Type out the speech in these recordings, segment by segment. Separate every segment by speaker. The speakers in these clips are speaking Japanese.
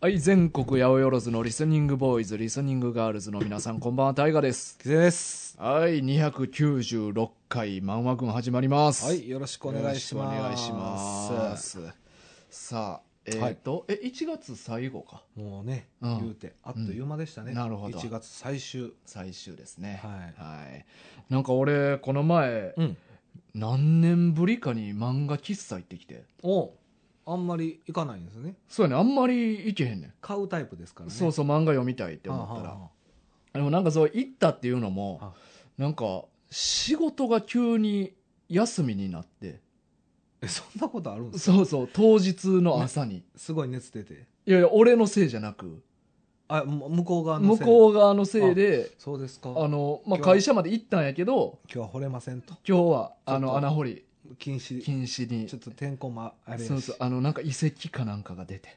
Speaker 1: はい、全国八百万のリスニングボーイズ、リスニングガールズの皆さん、こんばんは、タイガです。
Speaker 2: キゼです。
Speaker 1: はい、296回、漫画軍始まります。
Speaker 2: は
Speaker 1: よ
Speaker 2: い、よろしくお願いします。
Speaker 1: ろくお願いします。さあ、えっ、と、え、1月最後か。
Speaker 2: もうね、
Speaker 1: うん
Speaker 2: 言うて、あっという間でしたね。
Speaker 1: うんなるほど
Speaker 2: 1月最終。
Speaker 1: 最終ですね。
Speaker 2: はい
Speaker 1: はい。なんか俺、この前、
Speaker 2: うん。
Speaker 1: 何年ぶりかに漫画喫茶行ってきて。
Speaker 2: おあんまり行かないんですね。
Speaker 1: そうやね、あんまり行けへんねん。
Speaker 2: 買うタイプですからね。
Speaker 1: そう
Speaker 2: そ
Speaker 1: そう、漫画読みたいって
Speaker 2: は
Speaker 1: 思
Speaker 2: あは
Speaker 1: った
Speaker 2: あ
Speaker 1: ら。
Speaker 2: は
Speaker 1: でもなんかそう、行ったっていうのも
Speaker 2: は、
Speaker 1: なんか、仕事が急に休みになって、
Speaker 2: あえ、そんなことあるんですか
Speaker 1: そうそう、当日の朝に。
Speaker 2: すごい熱出て。
Speaker 1: いやいや、俺のせいじゃなく、
Speaker 2: あ、も向こう側の
Speaker 1: 向
Speaker 2: せい
Speaker 1: こう側のせいで、
Speaker 2: そうですか。
Speaker 1: あ
Speaker 2: 今
Speaker 1: の、まあ、
Speaker 2: 今日は
Speaker 1: 会社まで行ったんやけど、
Speaker 2: 日は惚れませんと。
Speaker 1: 今日は、あ
Speaker 2: ちょっ
Speaker 1: の、
Speaker 2: と
Speaker 1: 穴掘り
Speaker 2: 禁止。
Speaker 1: 禁止に
Speaker 2: ちょ。っと天候もあれやし
Speaker 1: そうそう、あの、なんか遺跡かなんかが出 て、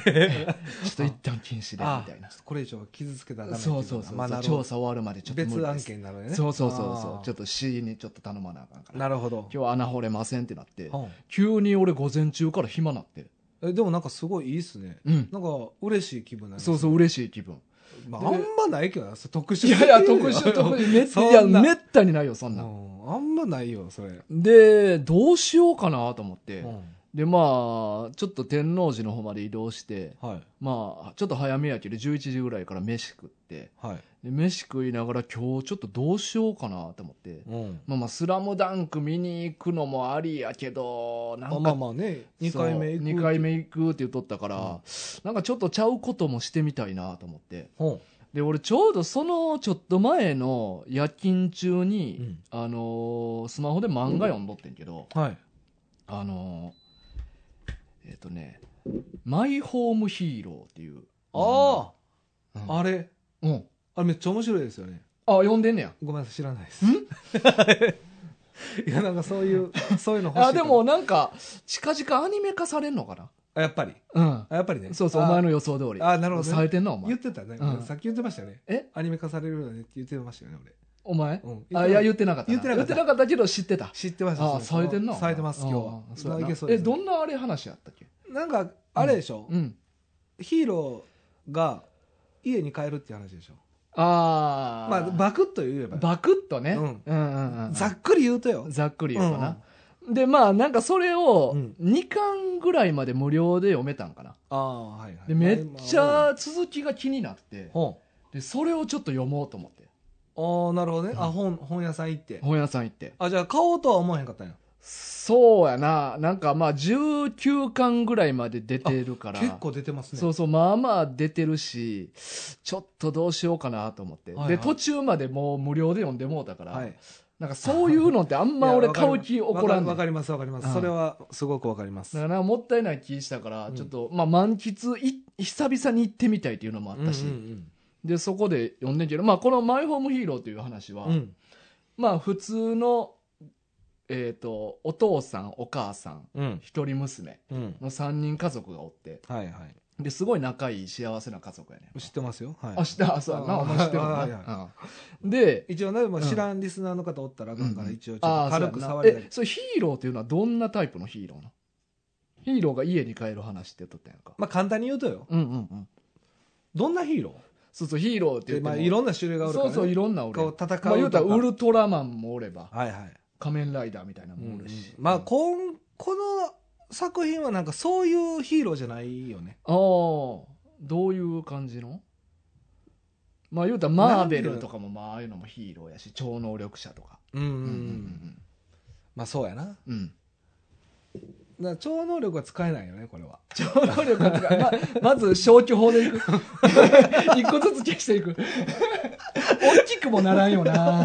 Speaker 1: ちょっと一旦禁止で、
Speaker 2: あ
Speaker 1: みたいな。
Speaker 2: これ以上傷つけたらダメってい
Speaker 1: そうそう
Speaker 2: か
Speaker 1: そう、
Speaker 2: まあなるほど
Speaker 1: 調査終わるまでちょっと無理
Speaker 2: 別
Speaker 1: で
Speaker 2: 案
Speaker 1: す。
Speaker 2: 件になるよね。
Speaker 1: そうそうそうそう、ちょっ
Speaker 2: っ
Speaker 1: と C にちょっと頼まなあかんから。
Speaker 2: なるほど。
Speaker 1: 今日は穴掘れませんってなって、
Speaker 2: うん
Speaker 1: 急に俺午前中から暇なって。
Speaker 2: えでもなんかすごいいいっすね
Speaker 1: うん。
Speaker 2: なんか嬉しい気分なんです
Speaker 1: そうそう、嬉しい気分。
Speaker 2: ま
Speaker 1: で
Speaker 2: あ、あんまないけどなそれ特殊
Speaker 1: いやいや、特 殊、特
Speaker 2: 殊
Speaker 1: 殊、 めっ
Speaker 2: そん
Speaker 1: いや、
Speaker 2: な
Speaker 1: めったにないよ、そんな。
Speaker 2: あんまないよそれ、
Speaker 1: で、どうしようかなと思って、
Speaker 2: うん
Speaker 1: で、まあ、ちょっと天王寺の方まで移動して、
Speaker 2: はい
Speaker 1: まあ、ちょっと早めやけど、11時ぐらいから飯食って、
Speaker 2: はい、
Speaker 1: で飯食いながら今日ちょっとどうしようかなと思って、
Speaker 2: うん、
Speaker 1: まあまあ、スラムダンク見に行くのもありやけど、なん
Speaker 2: ま
Speaker 1: か、
Speaker 2: あまあまあね2回目行く
Speaker 1: そう二回目行くって言っとったから、
Speaker 2: うん
Speaker 1: なんかちょっとちゃうこともしてみたいなと思って。
Speaker 2: うん
Speaker 1: で、俺ちょうどそのちょっと前の夜勤中に、
Speaker 2: うん
Speaker 1: あのースマホで漫画読んどってんけど、
Speaker 2: はい
Speaker 1: あのーえっ、とね、マイホームヒーローっていう。
Speaker 2: あ
Speaker 1: あ、
Speaker 2: ああれ
Speaker 1: うん。
Speaker 2: あれめっちゃ面白いですよね
Speaker 1: あ、読んでんねや。
Speaker 2: ごめんなさい知ら ないです
Speaker 1: ん
Speaker 2: いやなんかそういうそういうの欲しい
Speaker 1: あ、でもなんか、近々アニメ化されんのか
Speaker 2: あやっぱり
Speaker 1: な
Speaker 2: あやっぱり
Speaker 1: う
Speaker 2: ね
Speaker 1: ん。そうそう、お
Speaker 2: あ
Speaker 1: 前の予想通り。
Speaker 2: あなるほど、
Speaker 1: 冴え
Speaker 2: ね、
Speaker 1: てんな、お
Speaker 2: 言
Speaker 1: 前
Speaker 2: っ。てたね、
Speaker 1: うん
Speaker 2: さっき言ってましたよね
Speaker 1: え
Speaker 2: アニメ化されるよねって言ってましたよね俺
Speaker 1: お前、
Speaker 2: うん
Speaker 1: あ、いや、言ってなかったな。
Speaker 2: 言ってなかった
Speaker 1: けど知ってた。
Speaker 2: 知ってました
Speaker 1: ああ、冴えてんな。
Speaker 2: 冴えてます今日は
Speaker 1: ああそうやな
Speaker 2: まあいけそうで
Speaker 1: え、
Speaker 2: す
Speaker 1: どんなあれ話やったっけ
Speaker 2: なんかあれでしょ、
Speaker 1: うん。
Speaker 2: ヒーローが家に帰るっていう話でしょ
Speaker 1: ああ。
Speaker 2: まあバクッと言えば
Speaker 1: バクッとね。
Speaker 2: うん
Speaker 1: うんうんうん
Speaker 2: ざっくり言うとよ
Speaker 1: ざっくり言うかな。で、まあ、なんかそれを
Speaker 2: うん
Speaker 1: 2巻ぐらいまで無料で読めたんかな。
Speaker 2: ああはいはい
Speaker 1: で、めっちゃ続きが気になって、
Speaker 2: 本
Speaker 1: で、それをちょっと読もうと思って。
Speaker 2: ああなるほどね、
Speaker 1: うん
Speaker 2: あ本本屋さん行って
Speaker 1: 本屋さん行って。
Speaker 2: あじゃあ買おうとは思わへんかったんや
Speaker 1: そうやな。なんかまあ、19巻ぐらいまで出てるから。
Speaker 2: 結構出てますね
Speaker 1: そうそう、まあまあ出てるし、ちょっとどうしようかなと思って。
Speaker 2: はいはい
Speaker 1: で、途中までもう無料で読んでもうたから、
Speaker 2: はい
Speaker 1: なんかそういうのってあんま俺
Speaker 2: いやわか
Speaker 1: 買
Speaker 2: りま
Speaker 1: う気起こらんね
Speaker 2: わ
Speaker 1: ん
Speaker 2: かりますわかります、
Speaker 1: うん
Speaker 2: それはすごくわかります
Speaker 1: だからなんかもったいない気したから、
Speaker 2: うん
Speaker 1: ちょっと、まあ、満喫い、久々に行ってみたいっていうのもあったし、
Speaker 2: うんうん
Speaker 1: で、そこで読んでんけど、まあ、このマイホームヒーローという話は、
Speaker 2: うんうん
Speaker 1: まあ、普通の、えっ、と、お父さん、お母さん、
Speaker 2: うん
Speaker 1: 一人娘
Speaker 2: うん
Speaker 1: の三人家族がおって、
Speaker 2: はいはい
Speaker 1: で、すごい仲いい幸せな家族やねん。
Speaker 2: 知ってますよはい
Speaker 1: あ、知った、あそうやな、
Speaker 2: あ
Speaker 1: お前知ってるもん
Speaker 2: は
Speaker 1: ない
Speaker 2: はいは
Speaker 1: うんで、
Speaker 2: 一応ね、まあ、
Speaker 1: うん
Speaker 2: 知らんリスナーの方おったらあかんから、
Speaker 1: うん
Speaker 2: 一応ちょ
Speaker 1: あ
Speaker 2: っと
Speaker 1: あそうや
Speaker 2: 軽
Speaker 1: な
Speaker 2: く触りだ
Speaker 1: え
Speaker 2: け
Speaker 1: それヒーローっていうのはどんなタイプのヒーローなのヒーローが家に帰る話って言っとったやんか。
Speaker 2: まあ簡単に言うとよ
Speaker 1: うんうんうん。
Speaker 2: どんなヒーロー
Speaker 1: そうそう、ヒーローって言
Speaker 2: で
Speaker 1: っても
Speaker 2: まあ、いろんな種類がおるから、
Speaker 1: そ
Speaker 2: ね、
Speaker 1: うそう、いろんな俺。
Speaker 2: こう
Speaker 1: ま
Speaker 2: 戦うとか、
Speaker 1: あ言うたらウルトラマンもおれば、
Speaker 2: はいはい、
Speaker 1: 仮面ライダーみたいなのもお
Speaker 2: うん
Speaker 1: るし。
Speaker 2: まあ
Speaker 1: うん
Speaker 2: こんこの作品はなんかそういうヒーローじゃないよね
Speaker 1: あーどういう感じのまあ言うたらマーベルとかもまあああいうのもヒーローやし、超能力者とか。
Speaker 2: うんうん、う
Speaker 1: うん
Speaker 2: まあそうやなだか
Speaker 1: うんうん。うん。
Speaker 2: ら超能力は使えないよねこ れは
Speaker 1: 超能力が使うままず消去法でいく。 一個ずつ消していく。大きくもならんよな。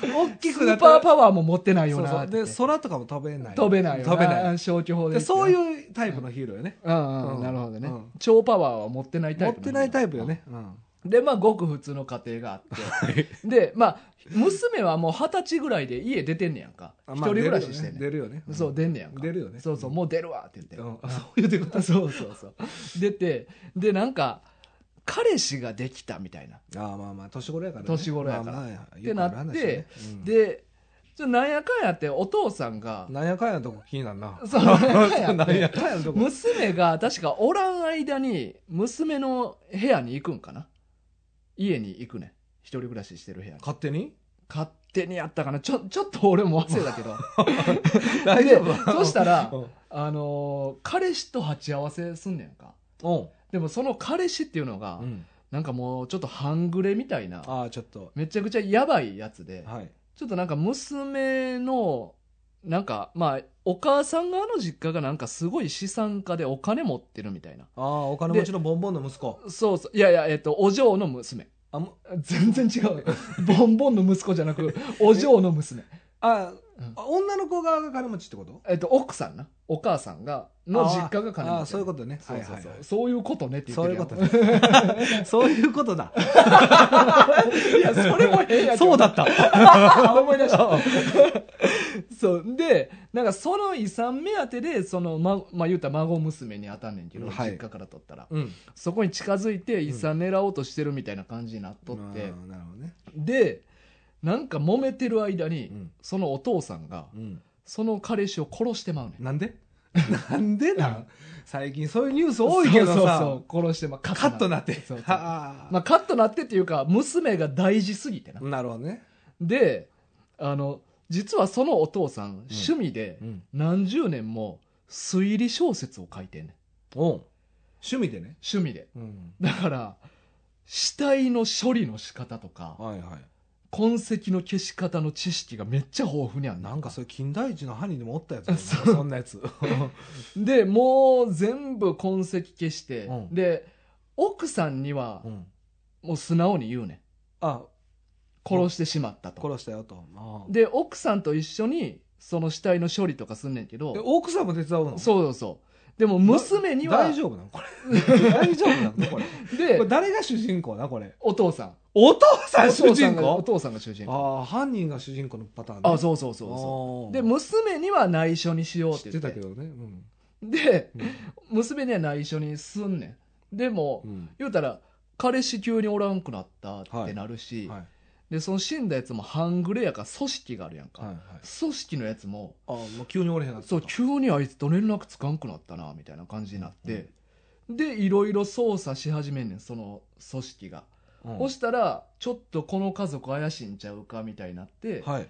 Speaker 2: 大き
Speaker 1: ス
Speaker 2: くな
Speaker 1: ー
Speaker 2: った
Speaker 1: パ
Speaker 2: ら
Speaker 1: ーパワーも持ってないよ
Speaker 2: そう
Speaker 1: な
Speaker 2: そ
Speaker 1: って
Speaker 2: うで
Speaker 1: 言って。
Speaker 2: 空とかも飛べない
Speaker 1: 飛べないよな。
Speaker 2: 飛べない
Speaker 1: 消去法で
Speaker 2: でそう
Speaker 1: う。
Speaker 2: いうタイプのヒーローよね、
Speaker 1: うんうん、
Speaker 2: うん
Speaker 1: なるほどね、
Speaker 2: うん
Speaker 1: 超パワーは持ってないタ
Speaker 2: 持
Speaker 1: イ
Speaker 2: っ
Speaker 1: プの
Speaker 2: てないタイプよね、うん
Speaker 1: でまあごく普通の家庭があってでまあ娘はもう二十歳ぐらいで家出てんねやんか
Speaker 2: あ
Speaker 1: 一、
Speaker 2: ま
Speaker 1: 人
Speaker 2: あ
Speaker 1: 暮らししてんねん
Speaker 2: 出るよね出るよね、ん
Speaker 1: そう出んねやんか
Speaker 2: 出るよね
Speaker 1: そうそうもう出るわって言って、
Speaker 2: うんあそういうこと
Speaker 1: あそうそうそう出てでなんか彼氏ができたみたいな
Speaker 2: ああまあまあ年頃やから、
Speaker 1: 年頃やから
Speaker 2: まあまあよく
Speaker 1: ってなって
Speaker 2: ある話よねうん
Speaker 1: でちょなんやかんやってお父さんが
Speaker 2: なんやかんやとこ気になるな
Speaker 1: そうなんやかんやっ
Speaker 2: な
Speaker 1: て
Speaker 2: んやかんやとこ
Speaker 1: 娘が確かおらん間に娘の部屋に行くんかな家に行くねん一人暮らししてる部屋に
Speaker 2: 勝手に
Speaker 1: 勝手にやったかなちょちょっと俺も忘れたけ ど
Speaker 2: 大丈夫
Speaker 1: でそしたら
Speaker 2: うん
Speaker 1: あのー彼氏と鉢合わせすんねんか
Speaker 2: お
Speaker 1: でもその彼氏っていうのが、
Speaker 2: う、うん、
Speaker 1: なんかもうちょっと半グレみたいな
Speaker 2: ああちょっと
Speaker 1: めちゃくちゃやばいやつで
Speaker 2: はい
Speaker 1: ちょっとなんか娘のなんかまあお母さん側の実家がなんかすごい資産家でお金持ってるみたいな
Speaker 2: ああお金持ちのボンボンの息子
Speaker 1: そうそういやいやえっとお嬢の娘
Speaker 2: あも
Speaker 1: 全然違う ボンボンの息子じゃなくお嬢の娘
Speaker 2: あ、
Speaker 1: うん
Speaker 2: 女の子側が金持ちってこと
Speaker 1: えっと奥さんなお母さんがの実家が金持
Speaker 2: あ
Speaker 1: ち
Speaker 2: あそういうこととね
Speaker 1: そうそうそう、
Speaker 2: はいはいはい
Speaker 1: そういうことねって言っ
Speaker 2: そう
Speaker 1: て
Speaker 2: い
Speaker 1: る
Speaker 2: う
Speaker 1: やん
Speaker 2: ことだ そういうことだ
Speaker 1: いやそれも変やけど
Speaker 2: そうだった
Speaker 1: 思い出した。そう。で、なんかその遺産目当てで、その、ま、まあ、言うたら孫娘に当たんねんけど、
Speaker 2: はい
Speaker 1: 実家から取ったら。
Speaker 2: うん
Speaker 1: そこに近づいて遺産狙おうとしてるみたいな感じになっとって。
Speaker 2: ああなるほどね
Speaker 1: で、なんか揉めてる間に、
Speaker 2: うん
Speaker 1: そのお父さんが、
Speaker 2: うん
Speaker 1: その彼氏を殺してまうねん。
Speaker 2: なんで なんでな
Speaker 1: うん
Speaker 2: 最近そういうニュース多いけど
Speaker 1: そう
Speaker 2: さ
Speaker 1: そうそう殺してまう。カ
Speaker 2: カットなって
Speaker 1: そうそう
Speaker 2: ああ
Speaker 1: まあ、カットなってっていうか、娘が大事すぎてな。
Speaker 2: なるほどね、
Speaker 1: で、あの、実はそのお父さん、趣味で、
Speaker 2: うん、
Speaker 1: 何十年も推理小説を書いてんねん
Speaker 2: おう趣味でね、
Speaker 1: 趣味で
Speaker 2: うん、
Speaker 1: だから死体の処理の仕方とか
Speaker 2: はいはい
Speaker 1: 痕跡の消し方の知識がめっちゃ豊富にあんね
Speaker 2: なんかそれ近代一の歯にでもおったやつだ ね
Speaker 1: そう
Speaker 2: そんなやつ
Speaker 1: でもう全部痕跡消して、
Speaker 2: うん
Speaker 1: で奥さんには
Speaker 2: うん
Speaker 1: もう素直に言うねん
Speaker 2: あ
Speaker 1: 殺してしまったと、
Speaker 2: 殺したよとああ
Speaker 1: で奥さんと一緒にその死体の処理とかすんねんけ
Speaker 2: え
Speaker 1: ど
Speaker 2: 奥さんも手伝うの
Speaker 1: そうそうそうでも娘には
Speaker 2: 大丈夫なのこれ 大丈夫な のこれこ
Speaker 1: で
Speaker 2: れ誰が主人公なこれ
Speaker 1: お父さん
Speaker 2: お父さん
Speaker 1: お
Speaker 2: 主
Speaker 1: 父さ
Speaker 2: 人
Speaker 1: んがお
Speaker 2: 公
Speaker 1: 父さんが主人公
Speaker 2: ああ犯人が主人公のパターンね、
Speaker 1: あそうそうそうそう
Speaker 2: そ
Speaker 1: で娘には内緒にしようっ
Speaker 2: 知
Speaker 1: て
Speaker 2: っ
Speaker 1: 言
Speaker 2: て
Speaker 1: って
Speaker 2: たけどねうん
Speaker 1: で娘には内緒にすんねんでも、
Speaker 2: うん、
Speaker 1: 言うたら彼氏急におらんくなったっ
Speaker 2: は
Speaker 1: て
Speaker 2: い
Speaker 1: なるし、
Speaker 2: はい
Speaker 1: でその死んだやつも半グレやから組織があるやんか、
Speaker 2: はいはい
Speaker 1: 組織のやつも
Speaker 2: ああもう急に折れへんなった
Speaker 1: そう急にあいつと連絡つかんくなったなみたいな感じになって、でいろいろ捜査し始めんねんその組織が、
Speaker 2: うん
Speaker 1: そしたらちょっとこの家族怪しいんちゃうかみたいになって、
Speaker 2: はい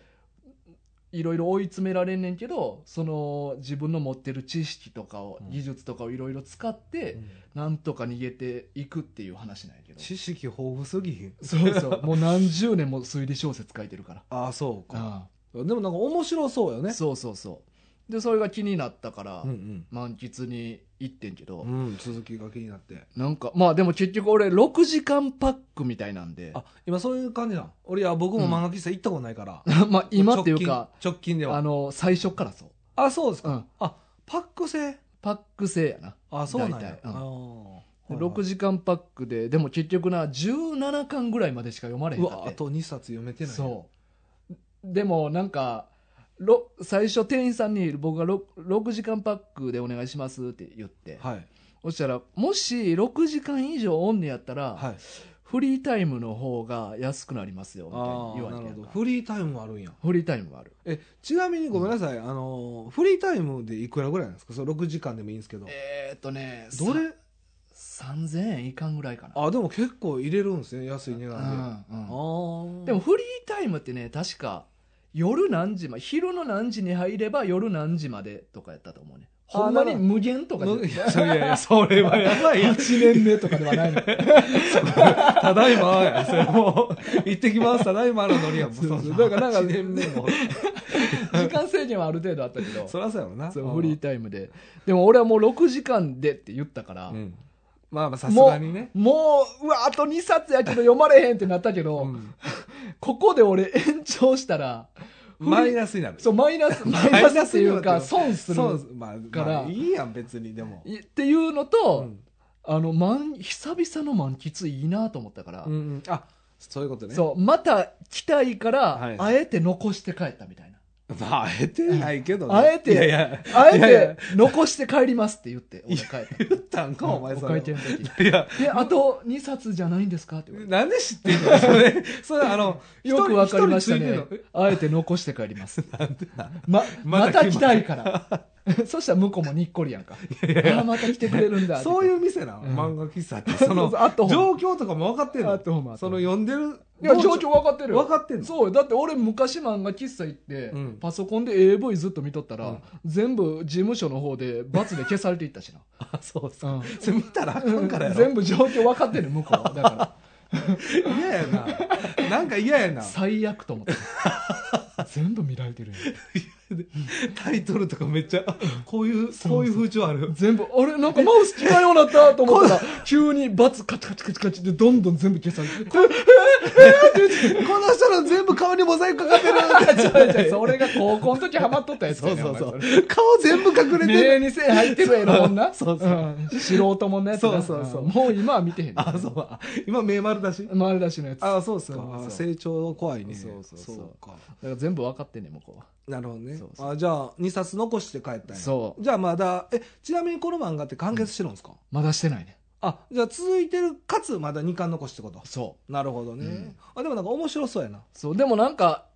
Speaker 1: いろいろ追い詰められんねんけどその自分の持ってる知識とかを、
Speaker 2: うん
Speaker 1: 技術とかをいろいろ使って、なんとか逃げていくっていう話なんやけど
Speaker 2: 知識豊富すぎひん
Speaker 1: そうそう もう何十年も推理小説書いてるから
Speaker 2: ああそう
Speaker 1: あ
Speaker 2: かでもなんか面白そうよ
Speaker 1: あ
Speaker 2: ね
Speaker 1: そうそうそうでそれが気になったから、
Speaker 2: うん
Speaker 1: 満喫に行ってんけど、
Speaker 2: うんうん続きが気になって
Speaker 1: なんかまあでも結局俺6時間パックみたいなんで
Speaker 2: あ今そういう感じなん俺いや僕も漫画喫茶行ったことないから、
Speaker 1: まあ 今っていうか
Speaker 2: 直近直近で
Speaker 1: あ
Speaker 2: は
Speaker 1: の最初からそ
Speaker 2: あそうです
Speaker 1: う、
Speaker 2: か、
Speaker 1: うん、
Speaker 2: あパック制
Speaker 1: パック制やな
Speaker 2: あそうなん
Speaker 1: 大
Speaker 2: や
Speaker 1: 体、
Speaker 2: あ
Speaker 1: うん
Speaker 2: ー
Speaker 1: 6時間パックででも結局な17巻ぐらいまでしか読まれへ
Speaker 2: うんわ
Speaker 1: か
Speaker 2: あ
Speaker 1: って
Speaker 2: と2冊読めてない
Speaker 1: そうでもなんかろ最初店員さんに僕が 6, 6時間パックでお願いしますって言って、
Speaker 2: はい
Speaker 1: そしたらもし6時間以上オンにやったら、
Speaker 2: はい
Speaker 1: フリータイムの方が安くなりますよみたい
Speaker 2: あ
Speaker 1: に
Speaker 2: あ
Speaker 1: 言われ
Speaker 2: な
Speaker 1: て
Speaker 2: る
Speaker 1: ん
Speaker 2: ほど
Speaker 1: か
Speaker 2: フリータイムもあるんや
Speaker 1: フリータイムがある
Speaker 2: えちなみにごめんなさい、あのーフリータイムでいくらぐらいなんですかそれ6時間でもいいんですけど
Speaker 1: えー、っとね
Speaker 2: どれ
Speaker 1: さ3000円いかんぐらいかな
Speaker 2: あでも結構入れるんですね安い値段で、あ
Speaker 1: うんうん
Speaker 2: あ
Speaker 1: でもフリータイムってね確か夜何時ま昼の何時に入れば夜何時までとかやったと思うね
Speaker 2: あ
Speaker 1: ほんまに
Speaker 2: なるほ
Speaker 1: 無限とかじゃ
Speaker 2: のいやそれいやいやそれはやばいや ん
Speaker 1: 1年目とかではないの
Speaker 2: ただいまやそれもう行ってきますただいまのノリやもう
Speaker 1: そうそうんだからなんか
Speaker 2: 1年目も
Speaker 1: 時間制限はある程度あったけど
Speaker 2: そらそうやろな
Speaker 1: そうフリータイムででも俺はもう6時間でって言ったから、
Speaker 2: うんまあまあさすがにね
Speaker 1: もううわあと2冊やけど読まれへんってなったけど、
Speaker 2: うん
Speaker 1: ここで俺延長したらフリー
Speaker 2: マイナスになる
Speaker 1: そうマイナス マイ
Speaker 2: イナス
Speaker 1: ナスっていう
Speaker 2: にな
Speaker 1: か
Speaker 2: るけど
Speaker 1: 損する
Speaker 2: そうまあ
Speaker 1: から
Speaker 2: まあいいやん別にでも
Speaker 1: いっていうのと、
Speaker 2: うん
Speaker 1: あの満久々の満喫いいなと思ったから、
Speaker 2: うんうんあそういうことね
Speaker 1: そうまた来たいから、
Speaker 2: はい
Speaker 1: あえて残して帰ったみたいな
Speaker 2: まあ、あえてない けどね。
Speaker 1: あえて
Speaker 2: いやいや、
Speaker 1: あえ
Speaker 2: いやいや
Speaker 1: て、残して帰りますって言って、俺帰った。
Speaker 2: 言ったんか、お前
Speaker 1: お
Speaker 2: そ
Speaker 1: 会
Speaker 2: れ。
Speaker 1: 計の時。
Speaker 2: いや、
Speaker 1: で、あと2冊じゃないんですかって言われて
Speaker 2: なんで知ってんのそ れ、それ、あの、
Speaker 1: よくわかりました
Speaker 2: 一
Speaker 1: ね
Speaker 2: 人ついてんの。
Speaker 1: あえて残して帰り ます。
Speaker 2: なんでなん
Speaker 1: ま、
Speaker 2: また
Speaker 1: また来たいから。 そしたら向こうもにっこりやんか。ああ、また来てくれるんだ。
Speaker 2: そう
Speaker 1: う。
Speaker 2: いう店なの、
Speaker 1: うん
Speaker 2: 漫画喫茶って。その、
Speaker 1: あと
Speaker 2: 状況とかも分かってん
Speaker 1: アッ
Speaker 2: の
Speaker 1: トホームアット
Speaker 2: そ
Speaker 1: ホ
Speaker 2: の
Speaker 1: ーム
Speaker 2: 読んでる。
Speaker 1: いや、情緒分かってる。
Speaker 2: 分かってんの
Speaker 1: そうよだって俺昔漫画喫茶行って、
Speaker 2: うん
Speaker 1: パソコンで AV ずっと見とったら、
Speaker 2: うん
Speaker 1: 全部事務所の方で罰で消されていったしな、
Speaker 2: あ、そうそう。
Speaker 1: うん
Speaker 2: それ見たらあかんからやろ。
Speaker 1: 全部状況分かってる向こうは だから
Speaker 2: 嫌やな。なんか嫌やな。
Speaker 1: 最悪と思って全部見られてるやん
Speaker 2: タイトルとかめっちゃ、こういう、こういう風潮ある。
Speaker 1: 全部あれなんかマウス嫌いようになったと思ったら急に罰カチカチカチカチでどんどん全部消されてこれ
Speaker 2: この人の全部顔にモザイクかかってる
Speaker 1: 俺が高校の時ハマっとったやつ
Speaker 2: そ
Speaker 1: や
Speaker 2: う
Speaker 1: ね
Speaker 2: そうそ
Speaker 1: お前
Speaker 2: う。顔全部隠れてる。
Speaker 1: 目に線入ってるやろこんな
Speaker 2: そうそう
Speaker 1: うん素人もんのやつな
Speaker 2: そうそうそうん
Speaker 1: もう今は見てへん
Speaker 2: あ、そう。あ今、目丸だし。
Speaker 1: 丸出しのやつ
Speaker 2: あ、そうっすか
Speaker 1: そう。
Speaker 2: 成長怖いね。
Speaker 1: そうそうそう
Speaker 2: か。
Speaker 1: だから全部分かってんねん向こうは
Speaker 2: なるほどね
Speaker 1: そう。そう
Speaker 2: あ、じゃあ、2冊残して帰ったんや。
Speaker 1: そう
Speaker 2: じゃあ、まだ、え、ちなみにこの漫画って完結してるんですか
Speaker 1: まだしてないね
Speaker 2: あ、じゃあ続いてる、かつまだ2巻残してこと。
Speaker 1: そう
Speaker 2: なるほど
Speaker 1: う
Speaker 2: ね
Speaker 1: ん。
Speaker 2: あ、でもなんか面白そうやな。
Speaker 1: そうでもなんか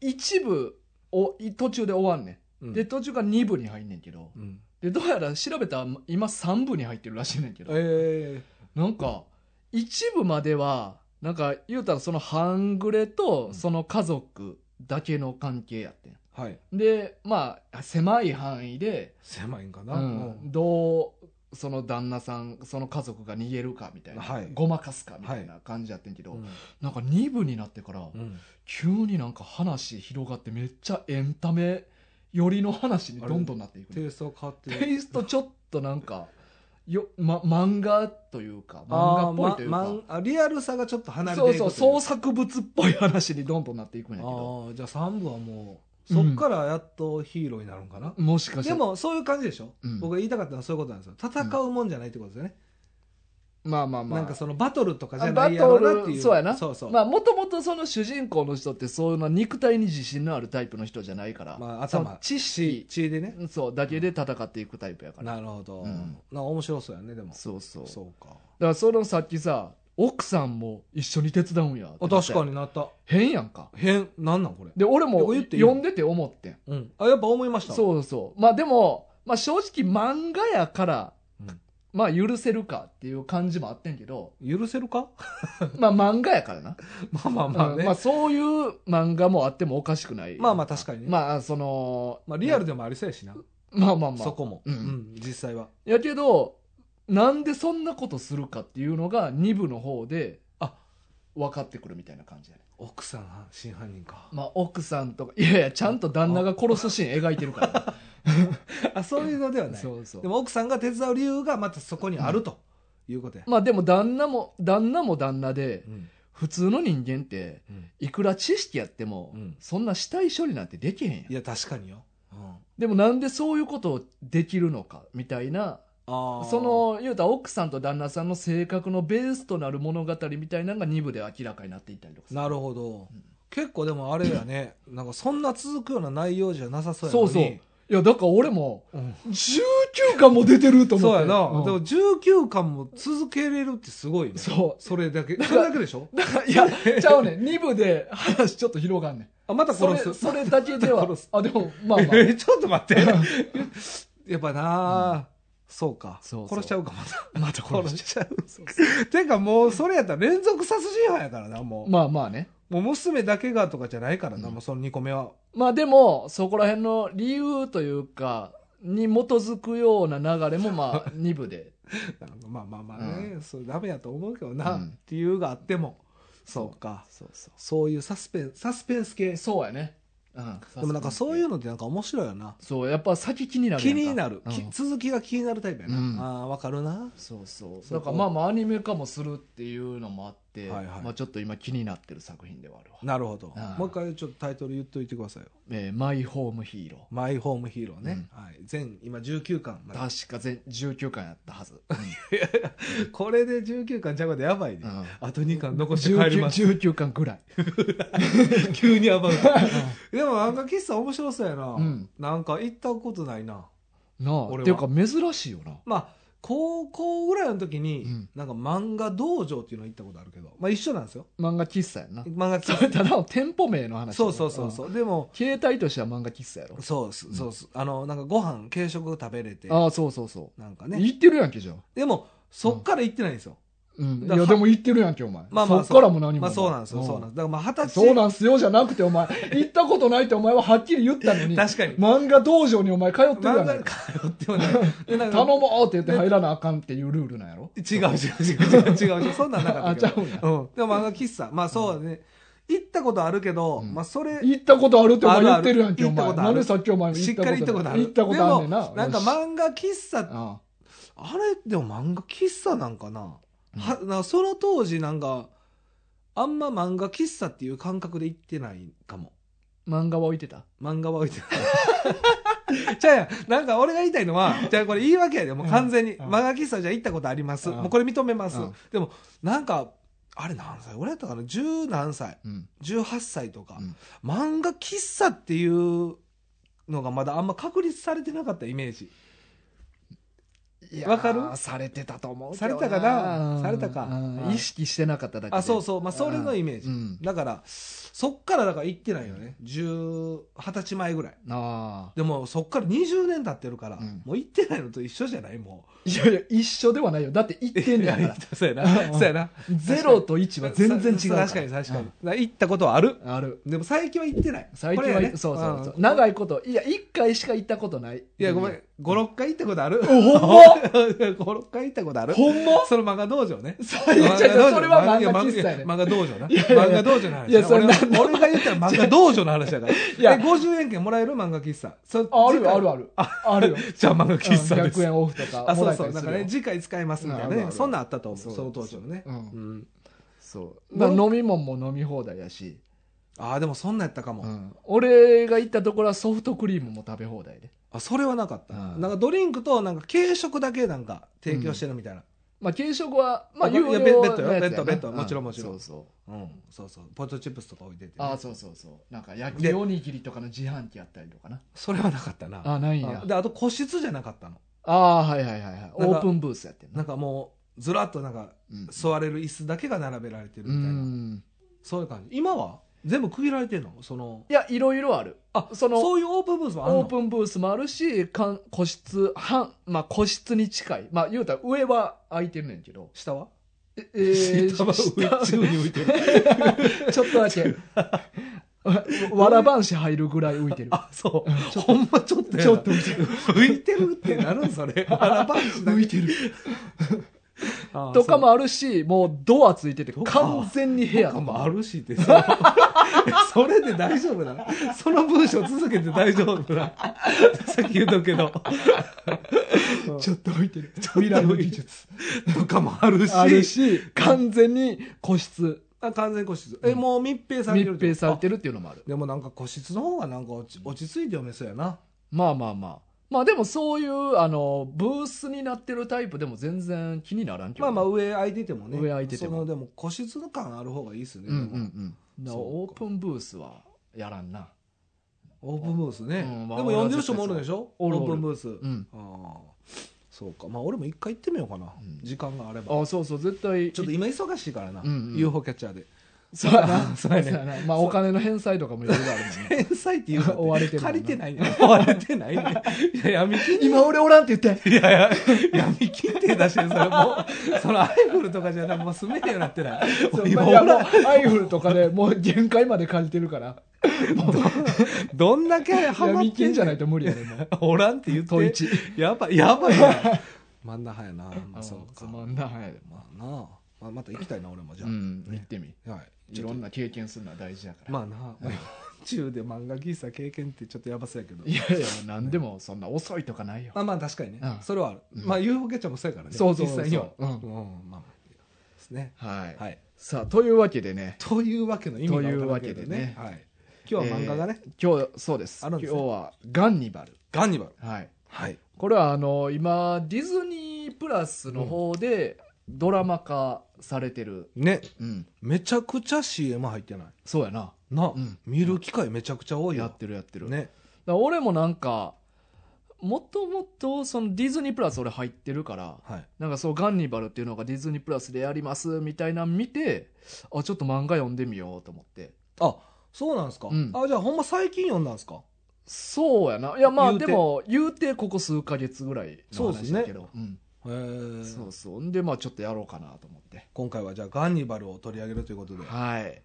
Speaker 1: 一部をい途中で終わんね、
Speaker 2: うんん
Speaker 1: で、途中から2部に入んねんけど、
Speaker 2: うん
Speaker 1: でどうやら調べたら今3部に入ってるらしいねんけど
Speaker 2: え
Speaker 1: なんか一部まではなんか言うたらその半グレとその家族だけの関係やってん
Speaker 2: え。はい。
Speaker 1: でまあ狭い範囲で、
Speaker 2: 狭いんかな。
Speaker 1: う
Speaker 2: うん
Speaker 1: ん、どうその旦那さんその家族が逃げるかみたいな、
Speaker 2: はい
Speaker 1: ごまかすかみたいな感じやってんけど、
Speaker 2: うん
Speaker 1: なんか2部になってから、
Speaker 2: うん
Speaker 1: 急になんか話広がってめっちゃエンタメ寄りの話にどんどんなっていくね
Speaker 2: テイスト変わってる
Speaker 1: テイストちょっとなんかよ、ま、漫画というか
Speaker 2: あ
Speaker 1: 漫画っぽいという
Speaker 2: ま
Speaker 1: か
Speaker 2: まんあリアルさがちょっと離れて
Speaker 1: そ
Speaker 2: いうく
Speaker 1: そう
Speaker 2: とい
Speaker 1: 創作物っぽい話にどんどんなっていくんやけど
Speaker 2: ああじゃあ3部はもう
Speaker 1: う
Speaker 2: そ
Speaker 1: ん
Speaker 2: っからやっとヒーローになるんかな、
Speaker 1: もしかして
Speaker 2: でもそういう感じでしょ、
Speaker 1: うん
Speaker 2: 僕が言いたかったのはそういうことなんですよ戦うもんじゃないってことですよね、
Speaker 1: まあまあまあ
Speaker 2: なんかそのバトルとかじゃ
Speaker 1: あ
Speaker 2: な
Speaker 1: バ
Speaker 2: いやろ
Speaker 1: ト
Speaker 2: うなってい
Speaker 1: ル
Speaker 2: う
Speaker 1: そうやな
Speaker 2: そうそう、
Speaker 1: まあもともとその主人公の人ってそういうの肉体に自信のあるタイプの人じゃないから、
Speaker 2: まあ
Speaker 1: その
Speaker 2: 頭
Speaker 1: 知
Speaker 2: 血
Speaker 1: 識
Speaker 2: 血でね
Speaker 1: そうだけで戦っていくタイプやから
Speaker 2: なるほど、
Speaker 1: うん
Speaker 2: なんか面白そうやねでも
Speaker 1: そうそう
Speaker 2: そうか
Speaker 1: だからそのさっきさ奥さんも一緒に手伝うんやって
Speaker 2: あ
Speaker 1: なって
Speaker 2: 確かになった
Speaker 1: 変やんか
Speaker 2: 変なんなんこれ
Speaker 1: で俺
Speaker 2: で
Speaker 1: も
Speaker 2: も言っていいの
Speaker 1: 読んでて思ってん
Speaker 2: うんあやっぱ思いましたう、
Speaker 1: そうそうまあでも、まあ、正直漫画やから
Speaker 2: うん
Speaker 1: まあ許せるかっていう感じもあってんけど
Speaker 2: 許せるか
Speaker 1: まあ漫画やからな、
Speaker 2: まあまあまあ
Speaker 1: うんま
Speaker 2: ね、ま
Speaker 1: あ、そういう漫画もあってもおかしくない
Speaker 2: まあまあ確かにね
Speaker 1: まあその
Speaker 2: あ、リアルでもありそうやしな、
Speaker 1: まあまあまあ
Speaker 2: そこも、
Speaker 1: うん
Speaker 2: うん、実際は
Speaker 1: やけどなんでそんなことするかっていうのが2部の方で
Speaker 2: あ
Speaker 1: 分かってくるみたいな感じやね
Speaker 2: 奥さん真犯人か
Speaker 1: まあ、奥さんとかいやいやちゃんと旦那が殺すシーン描いてるから
Speaker 2: あ そういうのでは
Speaker 1: ね、
Speaker 2: ない
Speaker 1: そうそう
Speaker 2: でも奥さんが手伝う理由がまたそこにあるということや、
Speaker 1: まあでも旦那も旦那も旦那で
Speaker 2: うん
Speaker 1: 普通の人間っていくら知識やっても、
Speaker 2: うん
Speaker 1: そんな死体処理なんてできへんやん
Speaker 2: いや確かによ、
Speaker 1: でもなんでそういうことをできるのかみたいな
Speaker 2: あー
Speaker 1: その言うたら奥さんと旦那さんの性格のベースとなる物語みたいなのが2部で明らかになっていったりとかする
Speaker 2: なるほど、
Speaker 1: うん
Speaker 2: 結構でもあれやねなんかそんな続くような内容じゃなさそうやの
Speaker 1: そう
Speaker 2: に
Speaker 1: そういやだから俺も
Speaker 2: うん
Speaker 1: 19巻も出てると思
Speaker 2: そ
Speaker 1: っ
Speaker 2: う
Speaker 1: て
Speaker 2: やな、
Speaker 1: うん
Speaker 2: でも19巻も続けれるってすごいね
Speaker 1: そう
Speaker 2: それだけそれだけでしょ
Speaker 1: だからいやちゃうねん2部で話ちょっと広がんねん
Speaker 2: あまた
Speaker 1: それ
Speaker 2: 殺す
Speaker 1: それだけでは
Speaker 2: 殺す
Speaker 1: あでもまあま
Speaker 2: えちょっと待ってやっぱな、そうか
Speaker 1: そうそう
Speaker 2: 殺しちゃうか また
Speaker 1: あまた
Speaker 2: 殺しちゃうてかもうそれやったら連続殺人犯やからなも う、
Speaker 1: まあまあね
Speaker 2: もう娘だけがとかじゃないからな、
Speaker 1: うん
Speaker 2: もうその2個目は
Speaker 1: まあでもそこら辺の理由というかに基づくような流れもまあ 2部で
Speaker 2: なんかまあまあまあね、それダメやと思うけどな、
Speaker 1: うん
Speaker 2: 理由があってもそうか
Speaker 1: そうそ
Speaker 2: そういうサスペンサスペンス系
Speaker 1: うそうやねうん
Speaker 2: でもなんかそういう
Speaker 1: う
Speaker 2: のってなんか面白いよな
Speaker 1: そうやっぱ先気になるや
Speaker 2: 気
Speaker 1: んか
Speaker 2: になる、
Speaker 1: うん
Speaker 2: き続きが気になるタイプやな、
Speaker 1: うん
Speaker 2: ああわかるな
Speaker 1: そうそう
Speaker 2: そう
Speaker 1: だからまあまあアニメ化もするっていうのもあっって、
Speaker 2: はいはい
Speaker 1: まあ、ちょっと今気になってる作品ではあるわ
Speaker 2: なるほど
Speaker 1: ああ
Speaker 2: もう一回ちょっとタイトル言っといてくださいよ
Speaker 1: 「えーマイ・ホーム・ヒーロー
Speaker 2: 「マイホームヒーローね」はい、全今19巻」まで
Speaker 1: 確か全19巻やったはず、
Speaker 2: これで19巻ちゃうことやばいね、
Speaker 1: うん
Speaker 2: あと2巻残して帰
Speaker 1: 19
Speaker 2: ります
Speaker 1: 19巻ぐらい
Speaker 2: 急にやばいでも漫画喫茶面白そうやな、
Speaker 1: うん
Speaker 2: なんか行ったことないな
Speaker 1: なあ
Speaker 2: 俺は
Speaker 1: っていうか珍しいよな
Speaker 2: まあ高校ぐらいの時に、
Speaker 1: うん
Speaker 2: なんか漫画道場っていうの行ったことあるけどまあ一緒なんですよ
Speaker 1: 漫画喫茶やんな
Speaker 2: 漫 画
Speaker 1: そ
Speaker 2: 喫
Speaker 1: れただの店舗名の
Speaker 2: 茶
Speaker 1: 話
Speaker 2: そうそうそう
Speaker 1: うん
Speaker 2: そうでも
Speaker 1: 携帯としては漫画喫茶やろ
Speaker 2: そうすそうす、あのなんかご飯軽食食べれて
Speaker 1: ああそうそうそ
Speaker 2: なんか
Speaker 1: う、
Speaker 2: ね
Speaker 1: 言ってるやんけじゃん、
Speaker 2: でもそっから行ってないんですよ、
Speaker 1: うん、い
Speaker 2: だか
Speaker 1: や
Speaker 2: ら
Speaker 1: でも言ってるやんけお前、
Speaker 2: まあまあ
Speaker 1: そっからも何も
Speaker 2: まあそうなんですよ、そうな
Speaker 1: ん
Speaker 2: んですだからまあ二十歳
Speaker 1: そうなんすよじゃなくてお前行ったことないってお前ははっきり言ったのに
Speaker 2: 確かに
Speaker 1: 漫画道場にお前通ってるやな
Speaker 2: 漫画
Speaker 1: いか
Speaker 2: 通っ てはないでなんか
Speaker 1: 頼もうって言って入らなあかんっていうルールなんやろ
Speaker 2: 違う違う違う違う違うそんなんなか
Speaker 1: あ
Speaker 2: っ
Speaker 1: ち
Speaker 2: た
Speaker 1: ゃ
Speaker 2: け
Speaker 1: うんや
Speaker 2: ど、うん、でも漫画喫茶まあそうだね、行ったことあるけど、
Speaker 1: うん
Speaker 2: まあそれ
Speaker 1: 行ったことあるってお前言ってるやんけ
Speaker 2: あ
Speaker 1: お
Speaker 2: るあ
Speaker 1: 前
Speaker 2: る行ったことあ
Speaker 1: な
Speaker 2: る
Speaker 1: んでさっきお前も
Speaker 2: しっかり行ったことある
Speaker 1: 行ったことあんねん
Speaker 2: で
Speaker 1: な
Speaker 2: もなんか
Speaker 1: よし
Speaker 2: 漫画喫茶
Speaker 1: あ
Speaker 2: あれでも漫画喫茶なんかな,、
Speaker 1: うん
Speaker 2: はなんかその当時なんかあんま漫画喫茶っていう感覚で行ってないかも
Speaker 1: あ漫画は置いてた
Speaker 2: 漫画は置いてない じゃあやなんか俺が言いたいのはじゃあこれ言い訳やでもう完全に、
Speaker 1: うんうん
Speaker 2: 漫画喫茶じゃ行ったことあります、
Speaker 1: うん
Speaker 2: もうこれ認めます、
Speaker 1: うん
Speaker 2: でもなんかあれ何歳俺やったかな十何歳
Speaker 1: うん
Speaker 2: 18歳とか
Speaker 1: う、ん
Speaker 2: 漫画喫茶っていうのがまだあんま確立されてなかったイメージ
Speaker 1: いやー
Speaker 2: わかる
Speaker 1: されてたと思う
Speaker 2: されたかな
Speaker 1: うん
Speaker 2: されたか
Speaker 1: うん
Speaker 2: うん
Speaker 1: 意識してなかっただけで
Speaker 2: あそうそうまあそれのイメージ
Speaker 1: うん
Speaker 2: だからそっからだから行ってないよね10 20歳前ぐらい
Speaker 1: ああ
Speaker 2: でもそっから20年経ってるから、
Speaker 1: うん
Speaker 2: もう行ってないのと一緒じゃないもう
Speaker 1: いやいや一緒ではないよだって行ってんねやか ら
Speaker 2: そうや
Speaker 1: う
Speaker 2: なんそうやな
Speaker 1: ゼロと1は全然違うら
Speaker 2: 確かに確かに、だから行ったことはある
Speaker 1: うんある
Speaker 2: でも最近は行ってない
Speaker 1: 最近
Speaker 2: こ
Speaker 1: は、
Speaker 2: れやね
Speaker 1: そうそうそううん長いこといや1回しか行ったことない
Speaker 2: いやごめん56回行ったことある
Speaker 1: ほんま
Speaker 2: 56回行ったことある
Speaker 1: ほんま
Speaker 2: その漫画道場ね
Speaker 1: そういやいやいやそれは漫画喫茶やね
Speaker 2: 漫画道場な。
Speaker 1: いやいや
Speaker 2: 漫画道場の話な。
Speaker 1: いやそれ
Speaker 2: 俺は
Speaker 1: なんだ
Speaker 2: 俺が言ったら漫画道場の話だから。
Speaker 1: いや
Speaker 2: え50円券もらえる漫画喫茶。そ
Speaker 1: ああるよある
Speaker 2: あ
Speaker 1: あるあるよ
Speaker 2: る。 じゃあ漫画喫茶です
Speaker 1: 100。円オフとか
Speaker 2: あ、
Speaker 1: も
Speaker 2: そ
Speaker 1: ら
Speaker 2: う
Speaker 1: えた
Speaker 2: そう。
Speaker 1: り
Speaker 2: なん
Speaker 1: す
Speaker 2: か
Speaker 1: る
Speaker 2: ね、
Speaker 1: よ
Speaker 2: 次回使いますみたい
Speaker 1: うんあるあ
Speaker 2: な
Speaker 1: る
Speaker 2: ね。そんなんあったと思。
Speaker 1: そうう
Speaker 2: その当時のね。
Speaker 1: うん
Speaker 2: うん
Speaker 1: そうだから飲み物も飲み放題やし
Speaker 2: ああ、でもそんなんやったかも。
Speaker 1: 俺が行ったところはソフトクリームも食べ放題で、
Speaker 2: あ、それはなかった。
Speaker 1: うん
Speaker 2: なんかドリンクと、なんか軽食だけなんか提供してるみたいな。
Speaker 1: まあ、軽食は、まあ、
Speaker 2: いや
Speaker 1: 有料
Speaker 2: ベッドよ
Speaker 1: のやつやな
Speaker 2: ベッドベッドもちろんもちろん
Speaker 1: そうそう
Speaker 2: うん。そうそう。ポテトチップスとか置いててね。
Speaker 1: ああそうそうそうなんか焼きおにぎりとかの自販機やったりとかな
Speaker 2: それはなかったな。
Speaker 1: ああないんや
Speaker 2: うんで、あと個室じゃなかったの。
Speaker 1: ああはいはいはいはいオ
Speaker 2: なんか
Speaker 1: ープンブースやってん
Speaker 2: な
Speaker 1: なん
Speaker 2: かもう、ずらっとなんか、
Speaker 1: うん
Speaker 2: 座れる椅子だけが並べられてるみたいな、
Speaker 1: うん
Speaker 2: そういう感じ今は全部区切られてるのその
Speaker 1: いやいろいろある
Speaker 2: あ
Speaker 1: その
Speaker 2: そういうオープンブースもあるの
Speaker 1: オープンブースもあるしかん個室半、まあ、個室に近いまあ言うたら上は空いてるねんけど
Speaker 2: 下は、
Speaker 1: ええー
Speaker 2: 下は
Speaker 1: 下
Speaker 2: 上に浮いてる
Speaker 1: ちょっとだ けわわらばんし入るぐらい浮いてる
Speaker 2: あそう
Speaker 1: ちょっ
Speaker 2: ほんまちょっとやな
Speaker 1: ちょっと浮いてる
Speaker 2: 浮いてるってなるん それあらばんしだ
Speaker 1: 浮いてる
Speaker 2: あ
Speaker 1: とかもあるしもうドアついてて
Speaker 2: そうか
Speaker 1: 完全に部
Speaker 2: そう
Speaker 1: 屋
Speaker 2: とかもあるしってその それで大丈夫なのその文章続けて大丈夫 なのさっき言うとくけど
Speaker 1: ちょっと浮いてる
Speaker 2: 未
Speaker 1: 未
Speaker 2: 来
Speaker 1: 来
Speaker 2: の
Speaker 1: の
Speaker 2: 技
Speaker 1: 技
Speaker 2: 術
Speaker 1: 術
Speaker 2: とかもあるし
Speaker 1: あるし完全に個室
Speaker 2: あ完全個室え、
Speaker 1: うん
Speaker 2: もう密閉されてる
Speaker 1: 密閉され
Speaker 2: る
Speaker 1: てるっていうのもある
Speaker 2: でもなんか個室の方がなんか落ち落ち着いて読めそうやな
Speaker 1: まあまあまあまあでもそういうあのブースになってるタイプでも全然気にならんけ
Speaker 2: ま
Speaker 1: ど
Speaker 2: あまあ上空いててもね
Speaker 1: 上空いてても
Speaker 2: そのでも個室感ある方がいいですね、
Speaker 1: うんうん
Speaker 2: でも
Speaker 1: うんだから
Speaker 2: そうか
Speaker 1: オープンブースはやらんな
Speaker 2: オープンブースね、
Speaker 1: うんまあ
Speaker 2: でも読んでる人もおるでしょ
Speaker 1: 俺は
Speaker 2: オー
Speaker 1: 絶対そう
Speaker 2: プンブー
Speaker 1: う
Speaker 2: ス、
Speaker 1: ん
Speaker 2: ああそうかまあ俺も一回行ってみようかな、
Speaker 1: うん
Speaker 2: 時間があれば
Speaker 1: あそうそう絶対
Speaker 2: ちょっと今忙しいからな、
Speaker 1: うんうん
Speaker 2: UFO キャッチャーで
Speaker 1: そうやな
Speaker 2: そうやね
Speaker 1: そうやなまあお金の返済とかもいろいろあるもん ね
Speaker 2: 天才っていうの
Speaker 1: 追われてるもんな
Speaker 2: 借りてないね 追われてないね いや闇金
Speaker 1: 今俺おらんって言って
Speaker 2: いやいや闇金手出してるそれもう そのアイフルとかじゃなくもう住めるようになってない
Speaker 1: そう
Speaker 2: 今
Speaker 1: いや
Speaker 2: お
Speaker 1: も
Speaker 2: ら
Speaker 1: うんアイフルとかでもう限界まで借りてるから
Speaker 2: どんだけハマっ
Speaker 1: 闇
Speaker 2: て
Speaker 1: 金
Speaker 2: ん
Speaker 1: じゃ
Speaker 2: ね
Speaker 1: なんいと無理やねもう
Speaker 2: おらんって言って
Speaker 1: 統一
Speaker 2: やばいやばいな 真ん中やな、 まあ、そ
Speaker 1: そう
Speaker 2: うか
Speaker 1: つまんだ早いでも
Speaker 2: まあなあ、まあ、また行きたいな俺もじゃ
Speaker 1: う
Speaker 2: あ、
Speaker 1: ん行ってみ
Speaker 2: はい
Speaker 1: いろんな経験するのは大事やから
Speaker 2: まあなあ、 まあ、40で漫画喫茶経験ってちょっとやばそうやけど
Speaker 1: いやいや何でもそんな遅いとかないよ
Speaker 2: まあまあ確かにね、
Speaker 1: うん
Speaker 2: それはある、
Speaker 1: うん
Speaker 2: まあ UFO キャッチャーもそうやからね
Speaker 1: そうそうそう
Speaker 2: 実際には
Speaker 1: うん
Speaker 2: まあまあですね
Speaker 1: はい
Speaker 2: はい
Speaker 1: さあというわけでね
Speaker 2: というわけの意味が分からなけ
Speaker 1: というわけ
Speaker 2: ど
Speaker 1: でね
Speaker 2: はい、今日は漫画がね、
Speaker 1: 今日そうです
Speaker 2: あるんですね
Speaker 1: 今日は「ガンニバル
Speaker 2: ガンニバル」
Speaker 1: はい
Speaker 2: はい
Speaker 1: これはあの今ディズニープラスの方でドラマ化されてる
Speaker 2: ね
Speaker 1: うん
Speaker 2: めちゃくちゃ CM 入ってない
Speaker 1: そうやな
Speaker 2: な、
Speaker 1: うん
Speaker 2: 見る機会めちゃくちゃ多いよ
Speaker 1: やってるやってる、だか
Speaker 2: ね
Speaker 1: ら俺もなんかもともとそのディズニープラス俺入ってるから
Speaker 2: はい
Speaker 1: なんかそうガンニバルっていうのがディズニープラスでやりますみたいなの見てあちょっと漫画読んでみようと思って
Speaker 2: あそうなんですか、
Speaker 1: うん
Speaker 2: あじゃあほんま最近読んだんですか
Speaker 1: そうやないやまあ
Speaker 2: 言うて
Speaker 1: でも言うてここ数ヶ月ぐらいの話だけどうん
Speaker 2: へえ
Speaker 1: そうそうんでまあちょっとやろうかなと思って
Speaker 2: 今回はじゃあガンニバルを取り上げるということで、
Speaker 1: はい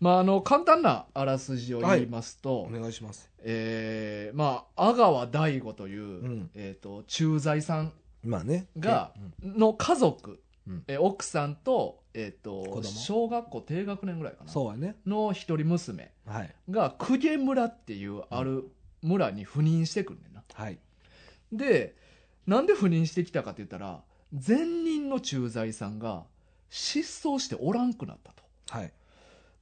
Speaker 1: まああの簡単なあらすじを言いますと、
Speaker 2: お願いします
Speaker 1: えーまあ阿川大吾という、
Speaker 2: ん
Speaker 1: えー、と駐在さん
Speaker 2: まあね
Speaker 1: が
Speaker 2: うん
Speaker 1: の家族、
Speaker 2: うん
Speaker 1: え奥さんと,、えー、
Speaker 2: 子
Speaker 1: と
Speaker 2: 供
Speaker 1: 小学校低学年ぐらいかな
Speaker 2: そうやね
Speaker 1: の一人娘
Speaker 2: はい
Speaker 1: が公家村っていうある村に赴任してくんねんな
Speaker 2: はい
Speaker 1: でなんで赴任してきたかって言ったら前任の駐在さんが失踪しておらんくなったと
Speaker 2: はい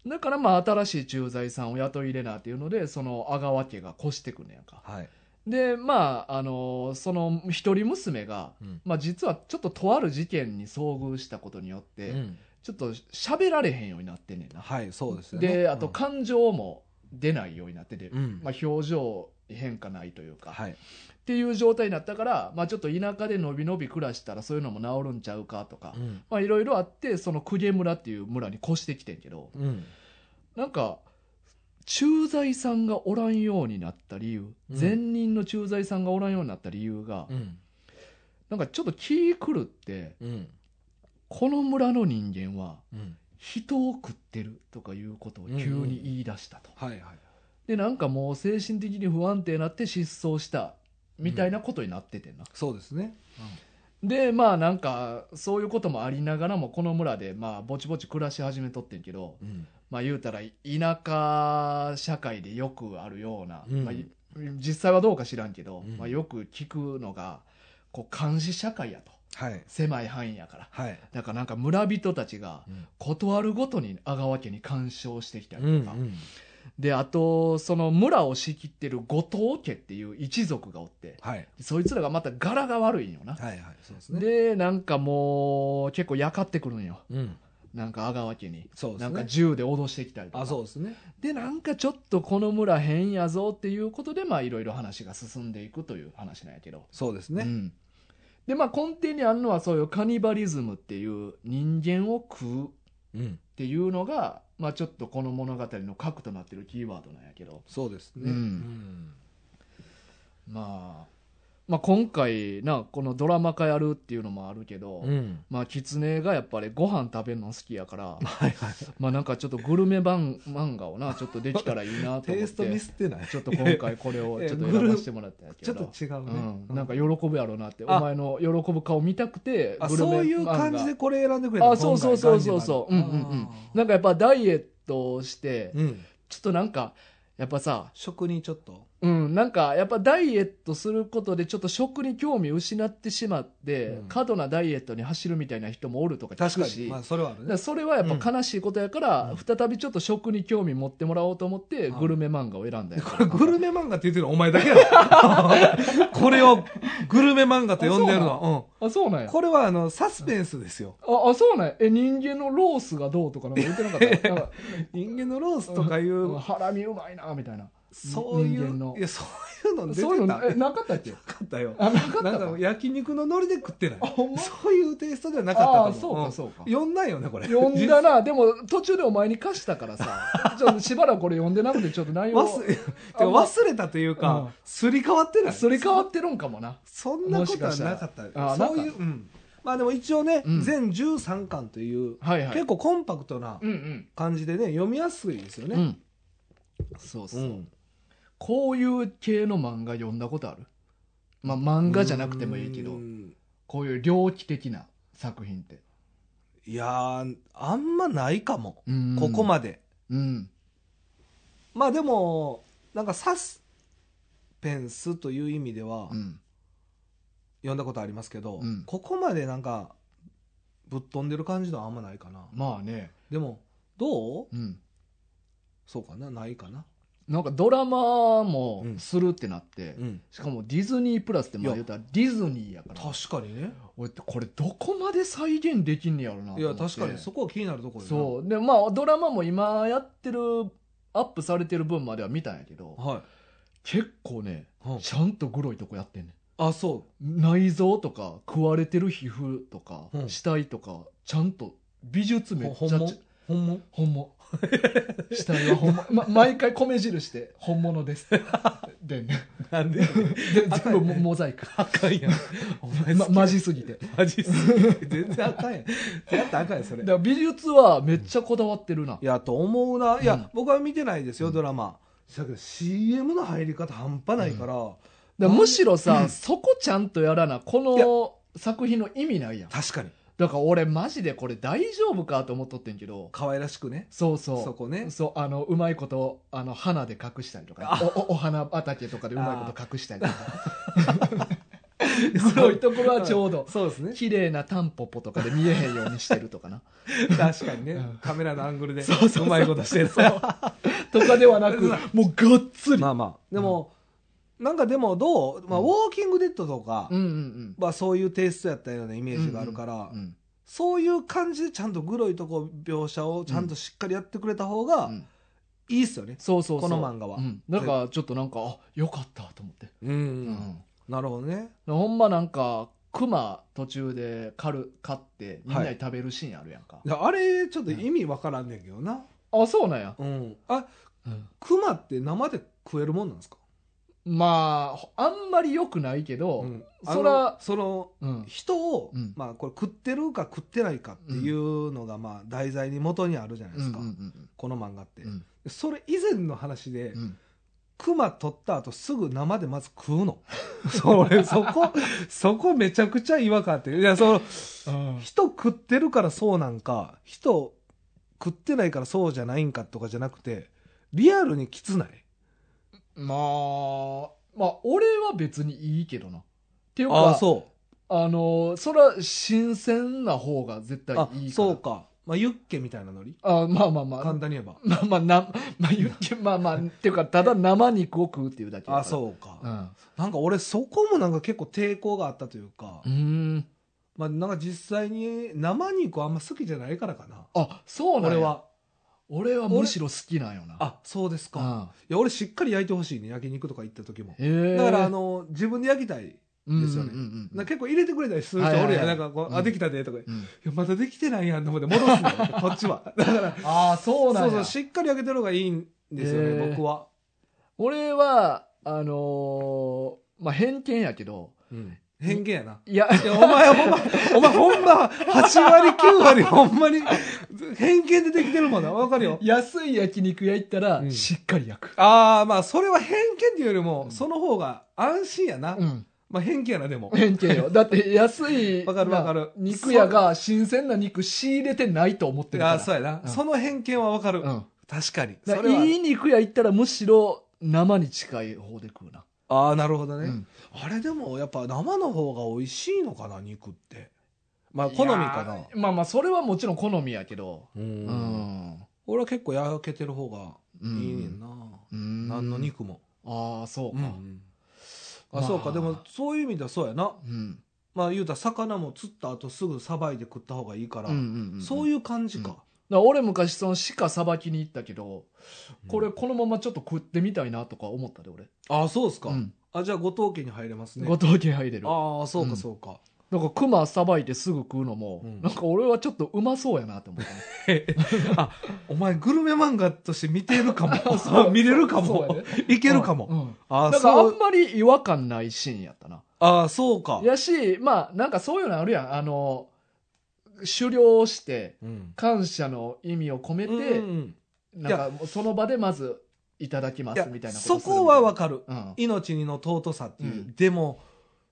Speaker 1: だからまあ新しい駐在さんを雇い入れなっていうのでその阿川家が越してくんねやんか
Speaker 2: はい
Speaker 1: でまああのその一人娘が、
Speaker 2: うん
Speaker 1: まあ、実はちょっととある事件に遭遇したことによって、
Speaker 2: うん
Speaker 1: ちょっと喋られへんようになってんねんな、
Speaker 2: はいそうですよね
Speaker 1: であと感情も出ないようになってて、
Speaker 2: うん、
Speaker 1: まあ、表情変化ないというか、
Speaker 2: はい
Speaker 1: っていう状態になったから、まあ、ちょっと田舎でのびのび暮らしたらそういうのも治るんちゃうかとか、
Speaker 2: うん
Speaker 1: まあいろいろあってその公家村っていう村に越してきてんけど
Speaker 2: うん
Speaker 1: なんか駐在さんがおらんようになった理由、
Speaker 2: うん
Speaker 1: 前任の駐在さんがおらんようになった理由が、
Speaker 2: うん
Speaker 1: なんかちょっと気狂って
Speaker 2: うん
Speaker 1: この村の人間は
Speaker 2: うん
Speaker 1: 人を食ってるとかいうことを急に言い出したと、
Speaker 2: はいはい
Speaker 1: でなんかもう精神的に不安定になって失踪したみたいなことになっててんな、
Speaker 2: そうですね
Speaker 1: でまあなんかそういうこともありながらもこの村でまあぼちぼち暮らし始めとってんけど
Speaker 2: うん
Speaker 1: まあ言うたら田舎社会でよくあるような、
Speaker 2: うん
Speaker 1: まあ、い実際はどうか知らんけど、
Speaker 2: うん
Speaker 1: まあ、よく聞くのがこう監視社会やと
Speaker 2: はい
Speaker 1: 狭い範囲やから
Speaker 2: はい
Speaker 1: だからなんか村人たちが
Speaker 2: うん
Speaker 1: 断るごとに阿川家に干渉してきたり
Speaker 2: うんう
Speaker 1: とか、
Speaker 2: ん
Speaker 1: であとその村を仕切ってる後藤家っていう一族がおって
Speaker 2: はい
Speaker 1: そいつらがまた柄が悪いんよな、
Speaker 2: はいはいそうですね
Speaker 1: でなんかもう結構やかってくるんよ
Speaker 2: うん
Speaker 1: なんか阿川家に、
Speaker 2: そうで
Speaker 1: な
Speaker 2: す
Speaker 1: んか
Speaker 2: ね
Speaker 1: 銃で脅してきたりとか
Speaker 2: あそうですね
Speaker 1: でなんかちょっとこの村変やぞっていうことでまあいろいろ話が進んでいくという話なんやけど
Speaker 2: そうです
Speaker 1: う
Speaker 2: ね
Speaker 1: んでまあ根底にあるのはそういうカニバリズムっていう人間を食うっ
Speaker 2: うん
Speaker 1: ていうのがまあちょっとこの物語の核となってるキーワードなんやけど
Speaker 2: そうですね
Speaker 1: うんまあまあ今回なこのドラマ化やるっていうのもあるけど、
Speaker 2: うん
Speaker 1: まあ、キツネがやっぱりご飯食べるの好きやから、
Speaker 2: はいはい
Speaker 1: まあなんかちょっとグルメ版漫画をな、ちょっとできたらいいなと
Speaker 2: テ
Speaker 1: 思
Speaker 2: イ
Speaker 1: っ
Speaker 2: ストミ
Speaker 1: て、
Speaker 2: スってない
Speaker 1: ちょっと今回これをちょっと選ばせてもらったんやけ
Speaker 2: ちょ
Speaker 1: ど、
Speaker 2: っと違う
Speaker 1: う
Speaker 2: ね
Speaker 1: ん、
Speaker 2: う
Speaker 1: なんか喜ぶやろうなって、
Speaker 2: あ
Speaker 1: お前の喜ぶ顔見たくて、
Speaker 2: あ
Speaker 1: グルメ
Speaker 2: そういう
Speaker 1: 漫画
Speaker 2: 感じでこれ選んでくれた
Speaker 1: あ、そうそうそうそうそう、うん
Speaker 2: 今
Speaker 1: うんう
Speaker 2: 回
Speaker 1: ん。
Speaker 2: ガ
Speaker 1: なん
Speaker 2: ンジバル
Speaker 1: かやっぱダイエットをして、
Speaker 2: うん
Speaker 1: ちょっとなんか、やっぱさ、
Speaker 2: 食にちょっと
Speaker 1: うん、なんかやっぱダイエットすることでちょっと食に興味失ってしまって、
Speaker 2: うん
Speaker 1: 過度なダイエットに走るみたいな人もおるとか聞
Speaker 2: 確
Speaker 1: く
Speaker 2: か
Speaker 1: し
Speaker 2: にまあそれはあ
Speaker 1: だか
Speaker 2: る
Speaker 1: ら
Speaker 2: ね
Speaker 1: それはやっぱ悲しいことやから、
Speaker 2: うん
Speaker 1: 再びちょっと食に興味持ってもらおうと思って、
Speaker 2: はい
Speaker 1: グルメ漫画を選んだよ
Speaker 2: これグルメ漫画って言ってるのお前だけ やろこれをグルメ漫画と呼んでるのは
Speaker 1: あそうなん
Speaker 2: うん
Speaker 1: や
Speaker 2: これはあのサスペンスですよ
Speaker 1: ああそうなんやえ人間のロースがどうとかなんか言ってなかったなんか
Speaker 2: 人間のロースとかいう
Speaker 1: うんハラミうまいなみたいな
Speaker 2: そうい
Speaker 1: 人間の
Speaker 2: ういやそういうの出てた
Speaker 1: そういうのえ
Speaker 2: な
Speaker 1: なかったっけ
Speaker 2: かったよ
Speaker 1: あなかった
Speaker 2: な
Speaker 1: か
Speaker 2: んか焼肉のノリで食ってない
Speaker 1: あほんま
Speaker 2: そういうテイストではなかった
Speaker 1: あ
Speaker 2: と
Speaker 1: そう
Speaker 2: 思う
Speaker 1: かそうか
Speaker 2: うん読んだよねこれ
Speaker 1: 読んだなでも途中でお前に貸したから さちょっとしばらくこれ読んでなくてちょっと内容
Speaker 2: 忘れてか忘れたという
Speaker 1: う
Speaker 2: か
Speaker 1: ん
Speaker 2: すり替わってない
Speaker 1: すり替わってるんかもな
Speaker 2: そんなことはなかっ
Speaker 1: もしかしたたらあ
Speaker 2: そうい
Speaker 1: な
Speaker 2: う、うん、まあでも一応ね、
Speaker 1: うん
Speaker 2: 全13巻という、
Speaker 1: はいはい
Speaker 2: 結構コンパクトな
Speaker 1: うんうん
Speaker 2: 感じでね読みやすいですよ
Speaker 1: う
Speaker 2: ね、
Speaker 1: んそうそう、
Speaker 2: うん
Speaker 1: こういう系の漫画読んだことあるまあ漫画じゃなくてもいいけ
Speaker 2: う
Speaker 1: ど
Speaker 2: ん
Speaker 1: こういう猟奇的な作品って
Speaker 2: いやーあんまないかも、
Speaker 1: うん
Speaker 2: ここまで
Speaker 1: うん
Speaker 2: まあでもなんかサスペンスという意味では
Speaker 1: うん
Speaker 2: 読んだことありますけど、
Speaker 1: うん
Speaker 2: ここまでなんかぶっ飛んでる感じのはあんまないかな、
Speaker 1: まあね
Speaker 2: でもどう
Speaker 1: うん、
Speaker 2: そうかなないかな、
Speaker 1: なんかドラマも
Speaker 2: うん
Speaker 1: するってなって、
Speaker 2: うん、
Speaker 1: しかもディズニープラスってまあ言
Speaker 2: いや
Speaker 1: うたらディズニーやから
Speaker 2: 確かにね
Speaker 1: 俺ってこれどこまで再現できんねやろないと思
Speaker 2: や
Speaker 1: って
Speaker 2: 確かにそこは気になるところよな
Speaker 1: そうでまあドラマも今やってるアップされてる分までは見たんやけど
Speaker 2: はい、
Speaker 1: 結構ね
Speaker 2: うん
Speaker 1: ちゃんとグロいとこやってんねん
Speaker 2: あそ
Speaker 1: 内臓とか食われてる皮膚とか、
Speaker 2: うん
Speaker 1: 死体とかちゃんと美術
Speaker 2: う
Speaker 1: めっ
Speaker 2: ほ
Speaker 1: ち
Speaker 2: ん
Speaker 1: ゃ
Speaker 2: も
Speaker 1: ち
Speaker 2: ほん も
Speaker 1: 本物死体は本物、ま、毎回米印して「本物 です」でね
Speaker 2: なんで
Speaker 1: で全部モモザイク、
Speaker 2: あかんやんお前
Speaker 1: ま、
Speaker 2: 好き
Speaker 1: マジすぎてだか
Speaker 2: マジっす全然あかんやんやったらあかんやんそれい
Speaker 1: ら美術はめっちゃこだわってるな、
Speaker 2: やと思うないや、
Speaker 1: うん
Speaker 2: 僕は見てないですよ、
Speaker 1: うん
Speaker 2: ドラマだけど CM の入り方半端ないから、
Speaker 1: だからむしろさ、そこちゃんとやらなこの作品の意味ないやん
Speaker 2: 確かに
Speaker 1: だから俺マジでこれ大丈夫かと思っとってんけど
Speaker 2: 可愛らしくね
Speaker 1: そうそう
Speaker 2: そこ ね
Speaker 1: そうあのうまいことあの花で隠したりとか
Speaker 2: あ
Speaker 1: おおお花畑とかでうまいこと隠したりと か黒いところはちょうど
Speaker 2: そうですね
Speaker 1: 綺麗なタンポポとかで見えへんようにしてるとか な
Speaker 2: 確かにね、
Speaker 1: うん
Speaker 2: カメラのアングルで
Speaker 1: そうそうそう
Speaker 2: うまいことしてる
Speaker 1: そうとかではなく
Speaker 2: うん
Speaker 1: もうがっつり、
Speaker 2: まあまあでも、なんかでもどう、まあ、ウ
Speaker 1: うん
Speaker 2: ォーキングデッドとか、
Speaker 1: うんうんうん
Speaker 2: まあ、そういうテイストやったようなイメージがあるから、
Speaker 1: うん
Speaker 2: そういう感じでちゃんとグロいとこ描写をちゃんとしっかりやってくれた方が
Speaker 1: うん
Speaker 2: いいっすよね、
Speaker 1: そうそうそう
Speaker 2: この漫画は
Speaker 1: うん、だからちょっとなんかあよかったと思って、
Speaker 2: うん
Speaker 1: うん
Speaker 2: なるほどね
Speaker 1: ほんまなんか熊途中で狩る狩ってみんなに食べるシーンあるやんか、
Speaker 2: いやあれちょっと意味わからんねんけどな、
Speaker 1: あそうなんや、
Speaker 2: うんあクマって生で食えるもんなんですか、
Speaker 1: まああんまり良くないけど、
Speaker 2: うん
Speaker 1: そら
Speaker 2: あのその
Speaker 1: うん
Speaker 2: 人を、
Speaker 1: うん
Speaker 2: まあ、これ食ってるか食ってないかっていうのが、まあ、題材に元にあるじゃないですか、
Speaker 1: うんうん
Speaker 2: この漫画って、
Speaker 1: うん
Speaker 2: それ以前の話で、
Speaker 1: うんうん
Speaker 2: クマ取った後すぐ生でまず食うの それそこそこめちゃくちゃ違和感あっていやその人食ってるからそうなんか人食ってないからそうじゃないんかとかじゃなくてリアルにきつない
Speaker 1: まあまあ俺は別にいいけどなっていう
Speaker 2: あ
Speaker 1: か
Speaker 2: あそ
Speaker 1: あのそれは新鮮な方が絶
Speaker 2: う
Speaker 1: 対
Speaker 2: あ
Speaker 1: いいから
Speaker 2: そうか、まあ、ユッケみたいなノリ
Speaker 1: あまあまあまあ
Speaker 2: 簡単に言えば
Speaker 1: まあまあなまあ言ってまあまあっていうかただ生肉を食うっていうだけ
Speaker 2: あ
Speaker 1: う
Speaker 2: そうか、
Speaker 1: うん
Speaker 2: なんか俺そこもなんか結構抵抗があったというか、
Speaker 1: うん
Speaker 2: まあなんか実際に生肉あんま好きじゃないからかな
Speaker 1: あそうなん
Speaker 2: 俺
Speaker 1: や
Speaker 2: は
Speaker 1: 俺はむしろ好きなんよな
Speaker 2: あそうですか、
Speaker 1: か
Speaker 2: いや俺しっかり焼いてほしいね焼肉とか行った時も
Speaker 1: へえ
Speaker 2: だからあの自分で焼きたいですよ
Speaker 1: うんう
Speaker 2: ね
Speaker 1: んうんうん
Speaker 2: なんか結構入れてくれたりする人おるやん、
Speaker 1: はいはいはい
Speaker 2: なんかこう、
Speaker 1: う
Speaker 2: あ
Speaker 1: ん
Speaker 2: できたでとか、い
Speaker 1: うん
Speaker 2: やまだできてないやんと思って戻すのこっち はだから
Speaker 1: ああそうなん
Speaker 2: そ
Speaker 1: や
Speaker 2: うそうしっかり焼けてる方がいいんですよね、
Speaker 1: へー
Speaker 2: 僕は、
Speaker 1: 俺はあのーまあ偏見やけど
Speaker 2: 偏見やない
Speaker 1: や
Speaker 2: いやお前ほんまお前ほんま8割9割ほんまに偏見でできてるもんなわかるよ
Speaker 1: 安い焼肉屋行ったら、
Speaker 2: うん
Speaker 1: しっかり焼く。
Speaker 2: ああまあそれは偏見っていうよりも、
Speaker 1: うん
Speaker 2: その方が安心やな、
Speaker 1: うん。
Speaker 2: まあ偏見やなでも
Speaker 1: 偏見よ。だって安い、
Speaker 2: わかるわかる
Speaker 1: な肉屋が新鮮な肉仕入れてないと思ってるから。
Speaker 2: あーそうやな、
Speaker 1: うん
Speaker 2: その偏見はわかる、
Speaker 1: うん。
Speaker 2: 確かに
Speaker 1: だ
Speaker 2: そ
Speaker 1: か
Speaker 2: れ
Speaker 1: ら
Speaker 2: はい
Speaker 1: い肉屋行ったらむしろ生に近い方で食うな。
Speaker 2: ああなるほど
Speaker 1: う
Speaker 2: ね、
Speaker 1: ん
Speaker 2: あれでもやっぱ生の方が美味しいのかな肉ってまあ好みか
Speaker 1: いや
Speaker 2: な
Speaker 1: ーまあまあ、それはもちろん好みやけど。
Speaker 2: う
Speaker 1: うんん。
Speaker 2: 俺は結構焼けてる方が
Speaker 1: う
Speaker 2: いいねんな、
Speaker 1: うん
Speaker 2: 何の肉も、
Speaker 1: ああ、そう
Speaker 2: うん
Speaker 1: か。
Speaker 2: あそう
Speaker 1: ま
Speaker 2: か
Speaker 1: あ
Speaker 2: でもそういう意味ではそうやな
Speaker 1: うん。
Speaker 2: まあ言うたら魚も釣った後すぐさばいて食った方がいいから、そう
Speaker 1: う
Speaker 2: い
Speaker 1: ん。
Speaker 2: う感じか、
Speaker 1: だから俺昔その鹿さばきに行ったけど、これ
Speaker 2: うん
Speaker 1: このままちょっと食ってみたいなとか思ったで俺。
Speaker 2: ああそうですか、
Speaker 1: うん
Speaker 2: あじゃあ後藤家に入れますね
Speaker 1: ご当地入れる。
Speaker 2: ああそう
Speaker 1: う
Speaker 2: か
Speaker 1: ん
Speaker 2: そうか、
Speaker 1: なんか熊さばいてすぐ食うのも、
Speaker 2: うん
Speaker 1: なんか俺はちょっとうまそうやなって思 ったね、
Speaker 2: あお前グルメ漫画として見てるか
Speaker 1: あそ
Speaker 2: も
Speaker 1: う
Speaker 2: 見れるか
Speaker 1: そうや
Speaker 2: も
Speaker 1: ね
Speaker 2: い
Speaker 1: い
Speaker 2: けるかも、あ
Speaker 1: な
Speaker 2: あ
Speaker 1: んかあ
Speaker 2: そうん
Speaker 1: まり違和感ないシーンやったな。
Speaker 2: ああそうか
Speaker 1: やし、まあなんかそういうのあるやん。あの、狩猟して
Speaker 2: うん
Speaker 1: 感謝の意味を込めて、
Speaker 2: うん
Speaker 1: なんかその場でまずいただきま
Speaker 2: いや
Speaker 1: すみたいなことする
Speaker 2: そこはわ
Speaker 1: か
Speaker 2: かる
Speaker 1: うん。
Speaker 2: 命にの尊さっていう、
Speaker 1: うん
Speaker 2: でも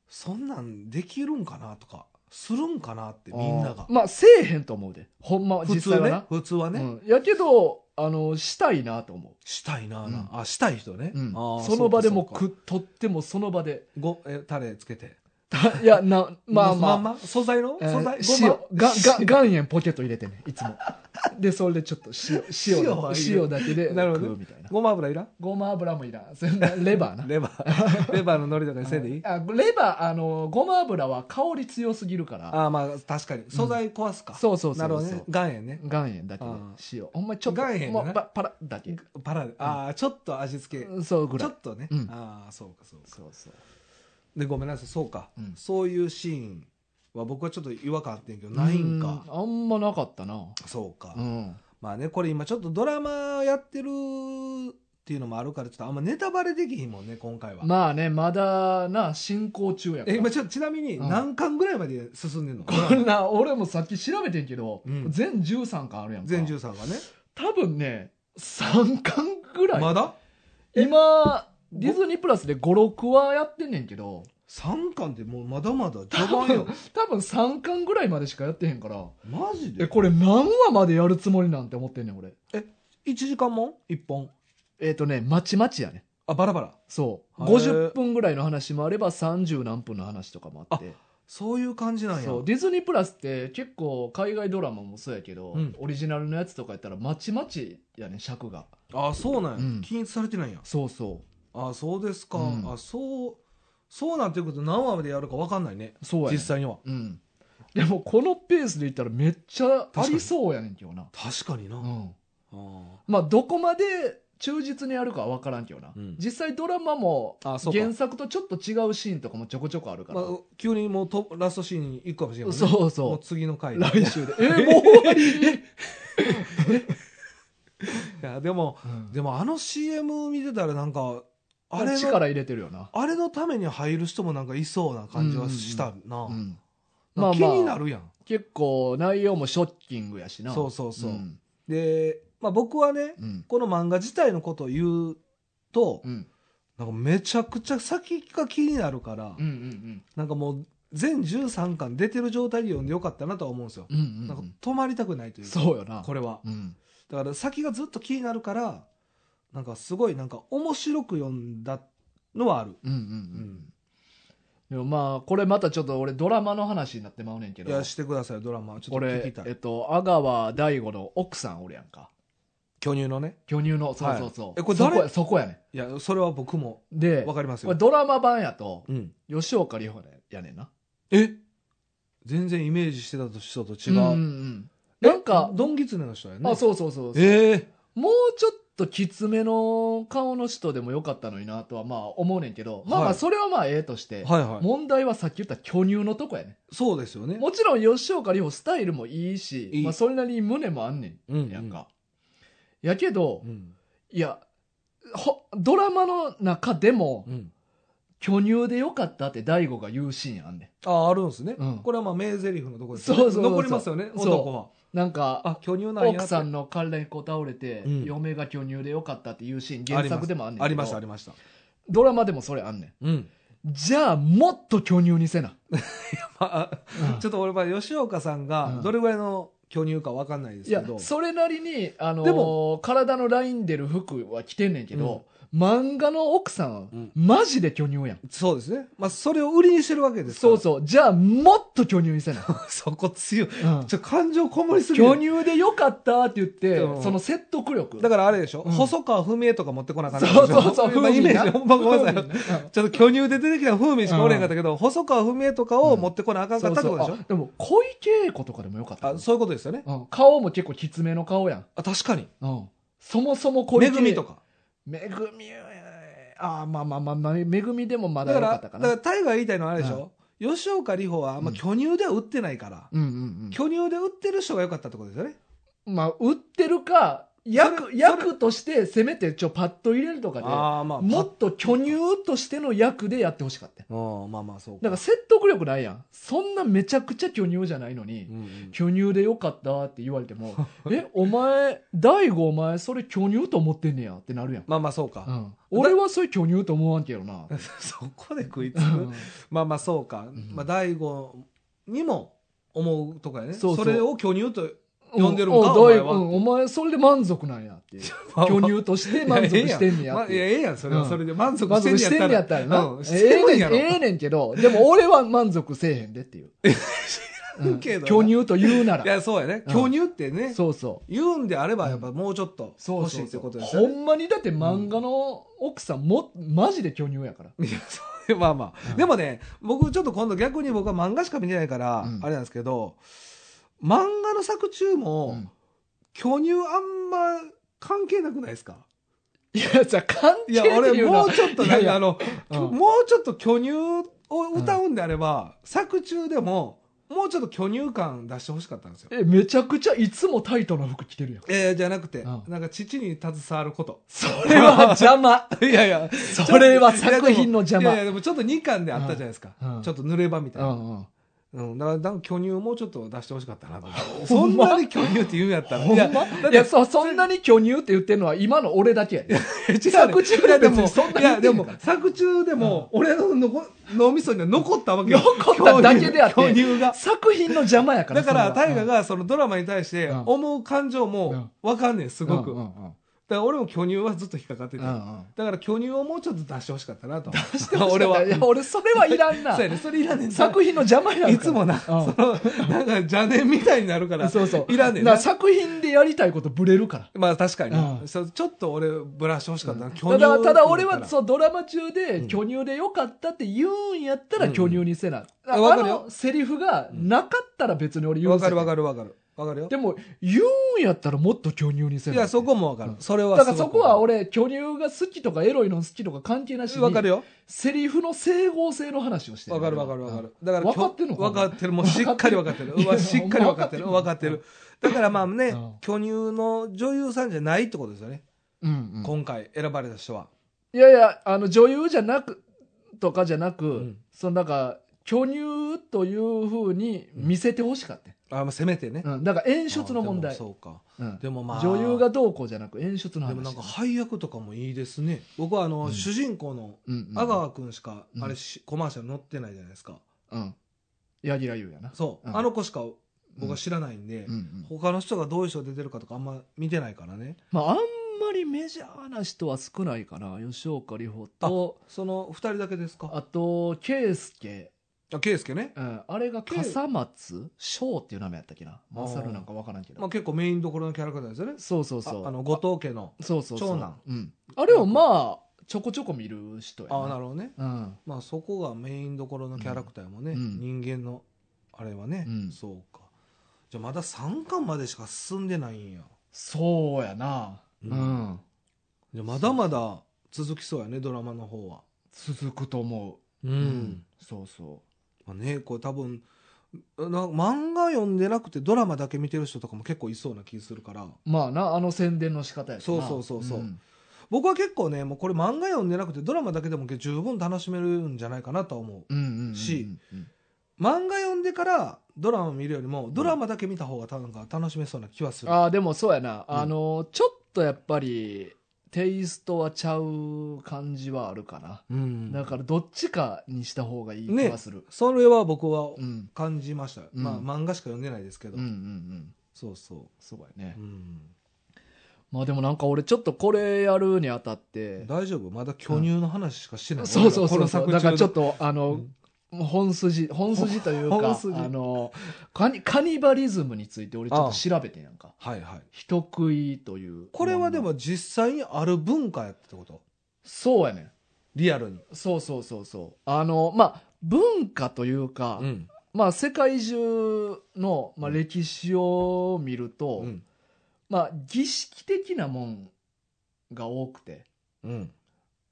Speaker 2: そんなんできるんかなとかするんかなってみんなが
Speaker 1: あーまあせえへんと思うで。ほんまは
Speaker 2: 普
Speaker 1: 実
Speaker 2: 通
Speaker 1: 際は
Speaker 2: ね
Speaker 1: な。
Speaker 2: 普通はね、
Speaker 1: うんやけど、あの、したいなと思
Speaker 2: したいな、
Speaker 1: うん
Speaker 2: あしたい人ね、
Speaker 1: う。うん
Speaker 2: あー
Speaker 1: その場でも
Speaker 2: そうかそうか
Speaker 1: 食っとってもその場で
Speaker 2: ごえタレつけて
Speaker 1: タいや、な、まあまあ。
Speaker 2: まあ、素材の
Speaker 1: えー
Speaker 2: 素材ご
Speaker 1: 塩
Speaker 2: ま。
Speaker 1: が、が、岩塩ポケット入れてね、いつ も。で、それでちょっと塩、塩
Speaker 2: 塩
Speaker 1: だ
Speaker 2: は入れる
Speaker 1: 塩だけで
Speaker 2: なるほど
Speaker 1: 食うみたいな。
Speaker 2: ごま油いらん
Speaker 1: ごま油もいらん。 それレバー な。
Speaker 2: レバ ー。レバーの海苔とかにせんでいい
Speaker 1: あレバー、あの、ごま油は香り強すぎるから。
Speaker 2: ああ、まあ、確かに。素材壊すか。
Speaker 1: そうそうそうそう。
Speaker 2: なるほどね。岩塩ね。
Speaker 1: 岩塩だけで
Speaker 2: あ
Speaker 1: 塩。ほんまにちょっと。
Speaker 2: 岩塩
Speaker 1: も
Speaker 2: だ
Speaker 1: う
Speaker 2: な
Speaker 1: パパラだけ。
Speaker 2: パラで。ああ、ちょっと味付け。
Speaker 1: そうぐ
Speaker 2: ち
Speaker 1: ら
Speaker 2: ょ
Speaker 1: い。
Speaker 2: っとね
Speaker 1: うん。
Speaker 2: ああ、そうか、そうか。
Speaker 1: そうそう。
Speaker 2: で、ごめんなさい。そうか
Speaker 1: うん。
Speaker 2: そういうシーンは僕はちょっと違和感あってんけど、ないんか
Speaker 1: う。あんまなかったな。
Speaker 2: そうか
Speaker 1: う。ん。
Speaker 2: まあね、これ今ちょっとドラマやってるっていうのもあるから、ちょっとあんまネタバレできひんもんね、今回は。
Speaker 1: まあね、まだな、進行中やから。
Speaker 2: え、今ちょちなみに
Speaker 1: うん
Speaker 2: 何巻ぐらいまで進んでんの
Speaker 1: これな、 俺もさっき調べてんけど、
Speaker 2: うん
Speaker 1: 全13巻あるやんか。
Speaker 2: 全13がね。
Speaker 1: 多分ね、3巻ぐらい。
Speaker 2: まだ
Speaker 1: 今、ディズニープラスで5、6話やってんねんけど、
Speaker 2: ?3 巻ってもうまだまだ序 盤よ。
Speaker 1: 多分3巻ぐらいまでしかやってへんから、
Speaker 2: マジ
Speaker 1: え、
Speaker 2: で
Speaker 1: これ何話までやるつもりなんて思ってんねん、俺。
Speaker 2: ?1 時間もん ?1 本。
Speaker 1: えっ、とね、まちまちやね。
Speaker 2: あ、バラバラ。
Speaker 1: そう。
Speaker 2: へー
Speaker 1: 50分ぐらいの話もあれば30何分の話とかもあって。
Speaker 2: そういう感じなんや。
Speaker 1: そうディズニープラスって結構海外ドラマもそうやけど、
Speaker 2: うん
Speaker 1: オリジナルのやつとかやったらまちまちやね尺が
Speaker 2: あ、そうなんや。
Speaker 1: うん
Speaker 2: 均一されてないんや。
Speaker 1: そうそ
Speaker 2: あ、そうですか。
Speaker 1: うん
Speaker 2: あ、そう、そうなんていうこと何話までやるか分かんないね。
Speaker 1: うそうやね
Speaker 2: 実際には。
Speaker 1: うんでもこのペースでいったらめっちゃありそうやねんけどな、
Speaker 2: 確かにな。
Speaker 1: う
Speaker 2: あ
Speaker 1: ん、
Speaker 2: ー
Speaker 1: まあどこまで忠実にやるかは分からんけどな、
Speaker 2: うん
Speaker 1: 実際ドラマも
Speaker 2: あそうか
Speaker 1: 原作とちょっと違うシーンとかもちょこちょこあるから、
Speaker 2: まあ、急にもうとラストシーンに行くかもしれない、
Speaker 1: そう
Speaker 2: もう
Speaker 1: そ
Speaker 2: 次の回
Speaker 1: う
Speaker 2: で
Speaker 1: 来週 でえもう終わり、
Speaker 2: いやでも
Speaker 1: うん
Speaker 2: でもあの CM 見てたらなんかあれの
Speaker 1: 力入れてるよな、
Speaker 2: あれのために入る人もなんかいそうな感じはしたな,、
Speaker 1: うん、
Speaker 2: なんか気になるやん、
Speaker 1: 結構内容もショッキングやしな
Speaker 2: そうそうそう、
Speaker 1: ん
Speaker 2: で、まあ、僕はね
Speaker 1: うん
Speaker 2: この漫画自体のことを言うと、
Speaker 1: うん
Speaker 2: なんかめちゃくちゃ先が気になるから、
Speaker 1: うんうん
Speaker 2: なんかもう全13巻出てる状態で読んでよかったなとは思うんですよ、
Speaker 1: うんうん
Speaker 2: なん
Speaker 1: う
Speaker 2: か
Speaker 1: ん
Speaker 2: 止まりたくないというか
Speaker 1: そうよな
Speaker 2: これは
Speaker 1: うん
Speaker 2: だから先がずっと気になるからなんかすごいなんか面白く読んだのはある
Speaker 1: うんうんうんでもまあこれまたちょっと俺ドラマの話になってまうねんけ
Speaker 2: い
Speaker 1: ど
Speaker 2: やしてくださいドラマちょっと聞
Speaker 1: 俺
Speaker 2: きた
Speaker 1: えっ
Speaker 2: い
Speaker 1: と阿川大吾の奥さんおるやんか
Speaker 2: 巨乳のね
Speaker 1: 巨乳のそうそうそう
Speaker 2: えこれ誰
Speaker 1: そやそこやね
Speaker 2: いやそれは僕も
Speaker 1: んで
Speaker 2: わかります
Speaker 1: これ
Speaker 2: よ、
Speaker 1: ドラマ版やと
Speaker 2: うん、
Speaker 1: 吉岡里帆やねんな
Speaker 2: え全然イメージしてた人と違う、
Speaker 1: んんうんなんか
Speaker 2: えドンギツネの人やね
Speaker 1: あそうそうそうそう
Speaker 2: ええ
Speaker 1: もうちょっときつめの顔の人でもよかったのになとはまあ思うねんけど、まあま
Speaker 2: は
Speaker 1: あ
Speaker 2: い
Speaker 1: それはまあええとして、
Speaker 2: はいはい
Speaker 1: 問題はさっき言った巨乳のとこやね
Speaker 2: そうですよね
Speaker 1: もちろん吉岡里帆スタイルもいいし
Speaker 2: いい
Speaker 1: まあ、それなりに胸もあんね
Speaker 2: う
Speaker 1: ん
Speaker 2: ん
Speaker 1: やんか、やけど、
Speaker 2: うん
Speaker 1: いやほドラマの中でも
Speaker 2: うん
Speaker 1: 巨乳でよかったって大悟が言うシーンあんね
Speaker 2: ああるんですね、
Speaker 1: うん
Speaker 2: これはまあ名台詞のところで
Speaker 1: そ
Speaker 2: す
Speaker 1: うそうそう
Speaker 2: 残りますよね
Speaker 1: そう
Speaker 2: 男は
Speaker 1: んなんか
Speaker 2: あ巨乳なんやって
Speaker 1: 奥さんの関連こう倒れて、
Speaker 2: うん
Speaker 1: 嫁が巨乳でよかったっていうシーン原作でもあんねんけど
Speaker 2: ありましたありました
Speaker 1: ドラマでもそれあんねん
Speaker 2: うん
Speaker 1: じゃあもっと巨乳にせな、
Speaker 2: まあちょっと俺は吉岡さん
Speaker 1: う
Speaker 2: が
Speaker 1: ん
Speaker 2: どれぐらいの巨乳か分かんないです
Speaker 1: い
Speaker 2: け
Speaker 1: や
Speaker 2: ど、
Speaker 1: それなりに、あのー
Speaker 2: でも
Speaker 1: 体のライン出る服は着てんねんけど、漫画の奥さんは
Speaker 2: うん
Speaker 1: マジで巨乳やん、
Speaker 2: そうですね、まあ、それを売りにしてるわけですから
Speaker 1: そうそうじゃあもっと巨乳にせな、
Speaker 2: そこ強い
Speaker 1: うん
Speaker 2: ちょ感情こもりすぎる
Speaker 1: 巨乳でよかったって言って、
Speaker 2: うん
Speaker 1: その説得力
Speaker 2: だからあれでしょ、
Speaker 1: うん
Speaker 2: 細川文江とか持ってこなかったでし
Speaker 1: そ
Speaker 2: ょ
Speaker 1: うそうそう
Speaker 2: まあイメージほんまごめんなさい
Speaker 1: さい
Speaker 2: ちょっと巨乳で出てきた風味しかおれへんかったけど、細川文江とかを持ってこなあかん
Speaker 1: そ
Speaker 2: かっ
Speaker 1: う
Speaker 2: たって
Speaker 1: そ
Speaker 2: こ
Speaker 1: う
Speaker 2: とでしょ、
Speaker 1: あでも小池栄子とかでもよかった
Speaker 2: あそういうことですよね
Speaker 1: うん顔も結構きつめの顔やん、
Speaker 2: あ確かに
Speaker 1: うんそもそも小池
Speaker 2: 恵みとか
Speaker 1: めぐみああまあまあまあまあめぐみでもま
Speaker 2: だ
Speaker 1: だ
Speaker 2: か
Speaker 1: よ
Speaker 2: ら
Speaker 1: かった
Speaker 2: だか
Speaker 1: かな
Speaker 2: らタイが言いたいのはあれでしょ、吉岡里帆はあんま巨乳では売ってないから、
Speaker 1: うんうん
Speaker 2: 巨乳で売ってる人が良かったってことですよね
Speaker 1: うんまあ売ってるか
Speaker 2: そ
Speaker 1: 役
Speaker 2: れ
Speaker 1: 役としてせめてちょパッと入れるとかで
Speaker 2: ああまあ
Speaker 1: もっと巨乳としての役でやってほしかったよ
Speaker 2: うんまあまあそうか
Speaker 1: だから説得力ないやんそんなめちゃくちゃ巨乳じゃないのに、
Speaker 2: うんうん
Speaker 1: 巨乳でよかったって言われて もえお前大悟お前それ巨乳と思ってんねやってなるやん、
Speaker 2: まあまあそう
Speaker 1: う
Speaker 2: か、
Speaker 1: ん、俺はそれ巨乳と思わんけどな
Speaker 2: そこで食いつ
Speaker 1: う
Speaker 2: く、
Speaker 1: ん
Speaker 2: まあまあそうか、
Speaker 1: ん
Speaker 2: まあ大悟にも思うとかやね
Speaker 1: そ
Speaker 2: そう
Speaker 1: そう
Speaker 2: れを巨乳と呼んでるんか
Speaker 1: うどういう
Speaker 2: お前は
Speaker 1: うんお前それで満足なんや っていう巨乳として満足してんねやっ
Speaker 2: い
Speaker 1: て
Speaker 2: や
Speaker 1: いう
Speaker 2: ええやんそれ
Speaker 1: う
Speaker 2: は
Speaker 1: ん
Speaker 2: それで満足
Speaker 1: 満
Speaker 2: してん
Speaker 1: 足
Speaker 2: ねや
Speaker 1: し
Speaker 2: った
Speaker 1: てん
Speaker 2: ら
Speaker 1: ねやったらな
Speaker 2: う。んして
Speaker 1: ええ
Speaker 2: んね
Speaker 1: ねん、
Speaker 2: やろ
Speaker 1: ええねんけど、でも俺は満足せえへんでって いう。
Speaker 2: らんけどな
Speaker 1: 巨乳と言うないら。
Speaker 2: やそうやね
Speaker 1: うん
Speaker 2: 巨乳ってね
Speaker 1: そうそう。
Speaker 2: 言うんであればやっぱもうちょっと
Speaker 1: そう
Speaker 2: 欲
Speaker 1: そ
Speaker 2: しいうって
Speaker 1: そう
Speaker 2: ことです
Speaker 1: ほ
Speaker 2: よね
Speaker 1: んまにだって漫画の奥さんも、マジで巨乳やから。
Speaker 2: いやそれまあま
Speaker 1: う
Speaker 2: あ
Speaker 1: ん
Speaker 2: でもね僕ちょっと今度逆に僕は漫画しか見てないから
Speaker 1: うん
Speaker 2: あれなんですけど漫画の作中
Speaker 1: う
Speaker 2: も
Speaker 1: ん
Speaker 2: 巨乳あんま関係なくないですか
Speaker 1: いや、じゃあ関係
Speaker 2: いや
Speaker 1: って
Speaker 2: 俺
Speaker 1: いうの
Speaker 2: も
Speaker 1: は
Speaker 2: うちょっとなん
Speaker 1: いやい
Speaker 2: か
Speaker 1: や
Speaker 2: あの
Speaker 1: うん
Speaker 2: もうちょっと巨乳を歌うんであれば、作中でも、もうちょっと巨乳感出してほしかったんですよ。
Speaker 1: え、めちゃくちゃいつもタイトな服着てるやん。
Speaker 2: えー、じゃなくて、
Speaker 1: うん
Speaker 2: なんか父に携わ ること。
Speaker 1: それは邪魔。
Speaker 2: いやいや、
Speaker 1: それは作品の邪魔。
Speaker 2: いやいや、でもちょっと2巻であったじゃないですか。
Speaker 1: うん
Speaker 2: ちょっと濡れ場みたいうな。うん
Speaker 1: んうん。
Speaker 2: だから、なんか巨乳をもうちょっと出してほしかったなと思って。
Speaker 1: ほ
Speaker 2: そ
Speaker 1: ん
Speaker 2: ん
Speaker 1: ま
Speaker 2: なに巨乳って言うんやったら。
Speaker 1: ほんま
Speaker 2: いや、
Speaker 1: い
Speaker 2: だ
Speaker 1: や
Speaker 2: って
Speaker 1: そ、そんなに巨乳って言ってるのは今の俺だけやで。
Speaker 2: 違う
Speaker 1: 作中
Speaker 2: いやで
Speaker 1: 別
Speaker 2: も
Speaker 1: にそんなに
Speaker 2: いやでも作中でも俺ののこ脳みそには残ったわけよ
Speaker 1: 残っただけであって
Speaker 2: 巨乳が
Speaker 1: 作品の邪魔やから。
Speaker 2: だから、
Speaker 1: それは
Speaker 2: 大河がそのドラマに対して
Speaker 1: うん
Speaker 2: 思う感情もわかんねん、すごく。
Speaker 1: うんう
Speaker 2: だか
Speaker 1: んうん
Speaker 2: ら俺も巨乳はずっと引っかかってて。
Speaker 1: うんう
Speaker 2: だ
Speaker 1: ん
Speaker 2: から巨乳をもうちょっと出してほしかったなと。出して
Speaker 1: 俺
Speaker 2: 俺は。
Speaker 1: は。いや、俺、それはいらんな
Speaker 2: そう。やね、それいらねえんだ
Speaker 1: 作品の邪魔やから
Speaker 2: いつもな、その、なんか邪念みたいになるか
Speaker 1: うん
Speaker 2: ら、
Speaker 1: そうそう。
Speaker 2: いらねえ
Speaker 1: な
Speaker 2: な。
Speaker 1: 作品でやりたいことブレるから。
Speaker 2: まあ確かにな
Speaker 1: うん
Speaker 2: そうちょっと俺、ブラしてほしかったな。巨
Speaker 1: た
Speaker 2: 乳
Speaker 1: だ、ただ俺は、
Speaker 2: う。
Speaker 1: そう、ドラマ中で、
Speaker 2: うん
Speaker 1: 巨乳でよかったって言うんやった
Speaker 2: う
Speaker 1: ら
Speaker 2: んうん
Speaker 1: 巨乳にせな。あ
Speaker 2: わ
Speaker 1: あ
Speaker 2: かるよ
Speaker 1: の、セリフがなかったら別に俺言う
Speaker 2: わかるわ
Speaker 1: る。
Speaker 2: かるわかる。わかるよ。
Speaker 1: でも、言うんやったらもっと巨乳にせ
Speaker 2: い
Speaker 1: な。
Speaker 2: や、そこもわかる
Speaker 1: う。ん
Speaker 2: それは
Speaker 1: だ
Speaker 2: す
Speaker 1: か
Speaker 2: ご
Speaker 1: ら
Speaker 2: く
Speaker 1: そこは、俺、巨乳が好きとかエロいの好きとか関係なしに、
Speaker 2: わかるよ。
Speaker 1: セリフの整合性の話をして
Speaker 2: わかるわかるわか
Speaker 1: る。
Speaker 2: る。だから
Speaker 1: 分かってんのかな
Speaker 2: 分かってる。もうしっかり分かってる。うわしっかり分かってる。
Speaker 1: 分
Speaker 2: 分
Speaker 1: か
Speaker 2: か
Speaker 1: っ
Speaker 2: ってて
Speaker 1: る
Speaker 2: る。だからまあね
Speaker 1: うん、
Speaker 2: 巨乳の女優さんじゃないってことですよね。
Speaker 1: うんうん
Speaker 2: 今回選ばれた人は。
Speaker 1: いやいや、あの、女優じゃなく、とかじゃなく、
Speaker 2: ん
Speaker 1: そのなんか、巨乳というふうに見せてほしかった。
Speaker 2: あまあせめてね。
Speaker 1: うん。だから演出の問題。
Speaker 2: あでもそうか。
Speaker 1: うん
Speaker 2: でもまあ。
Speaker 1: 女優が。どうこうじゃなく演出の話。
Speaker 2: でもなんか配役とかもいいですね。僕はあ
Speaker 1: う
Speaker 2: の、
Speaker 1: ん
Speaker 2: 主人公の
Speaker 1: うん、うん。
Speaker 2: 阿川くんしか
Speaker 1: う、ん
Speaker 2: あれしコマーシャル載ってないじゃないですか。
Speaker 1: うん。柳楽優やな。
Speaker 2: そう。
Speaker 1: うん
Speaker 2: あの子しか僕は知らないんで
Speaker 1: う。んうん。
Speaker 2: 他の人がどういう人出てるかとかあんま見てないからね。
Speaker 1: まあ、あんまりメジャーな人は少ないかな。吉岡里帆と、
Speaker 2: その二人だけですか
Speaker 1: あと、圭介。
Speaker 2: あ、圭介ね。
Speaker 1: うん。あれが
Speaker 2: 圭
Speaker 1: 笠松翔っていう名前やったっけな。マサルなんかわからんけど。
Speaker 2: まあ結構メインどころのキャラクターですよね。
Speaker 1: そうそうそう。
Speaker 2: ああの後藤家の
Speaker 1: そうそうそう
Speaker 2: 長男
Speaker 1: うん、あれをまあちょこちょこ見る人や
Speaker 2: ああなるほどね
Speaker 1: うん
Speaker 2: まあそこがメインどころのキャラクターもね、
Speaker 1: うん
Speaker 2: 人間のあれはね、
Speaker 1: うん
Speaker 2: そうかじゃあまだ3巻までしか進んでないんや
Speaker 1: そうやなう、
Speaker 2: うんんじゃあまだまだ続きそうやねドラマの方は
Speaker 1: 続くと思
Speaker 2: うん、
Speaker 1: う、うそうそ
Speaker 2: まあ、ねこれ多分な漫画読んでなくてドラマだけ見てる人とかも結構いそうな気するから
Speaker 1: うまあなあの宣伝の仕方やしな
Speaker 2: そうそうそうそうん僕は結構ねもうこれ漫画読んでなくてドラマだけでも十分楽しめるんじゃないかなとは思う
Speaker 1: うんうんうんうん
Speaker 2: し漫画読んでからドラマ見るよりもドラマだけ見た方がなんか楽しめそうな気はする、
Speaker 1: ああでもそうやな、
Speaker 2: うん
Speaker 1: あのちょっとやっぱりテイストはちゃう感じはあるかな、
Speaker 2: うん
Speaker 1: だからどっちかにした方がいい気はする、
Speaker 2: それは僕は
Speaker 1: うん
Speaker 2: 感じました、
Speaker 1: うん
Speaker 2: まあ漫画しか読んでないですけ
Speaker 1: う
Speaker 2: ど、
Speaker 1: んうんうん
Speaker 2: そうそ
Speaker 1: そうやね
Speaker 2: う、うん
Speaker 1: まあでもなんか俺ちょっとこれやるにあたって
Speaker 2: 大丈夫まだ巨乳の話しかしてない、
Speaker 1: そうそうそうそう
Speaker 2: 俺
Speaker 1: だ
Speaker 2: らこの作中
Speaker 1: からちょっ
Speaker 2: と
Speaker 1: とあの、本筋本筋というか
Speaker 2: 本筋
Speaker 1: あのカニカニバリズムについて俺ちょっと調べてんやんか
Speaker 2: はいはい
Speaker 1: 人食いという
Speaker 2: これはでも実際にある文化やってこと
Speaker 1: そうやねん
Speaker 2: リアルに、
Speaker 1: そうそうそうそうあのまあ文化というか、
Speaker 2: ん
Speaker 1: まあ世界中の、まあ、
Speaker 2: うん
Speaker 1: 歴史を見ると、
Speaker 2: うん
Speaker 1: まあ儀式的なもんが多くて
Speaker 2: うん、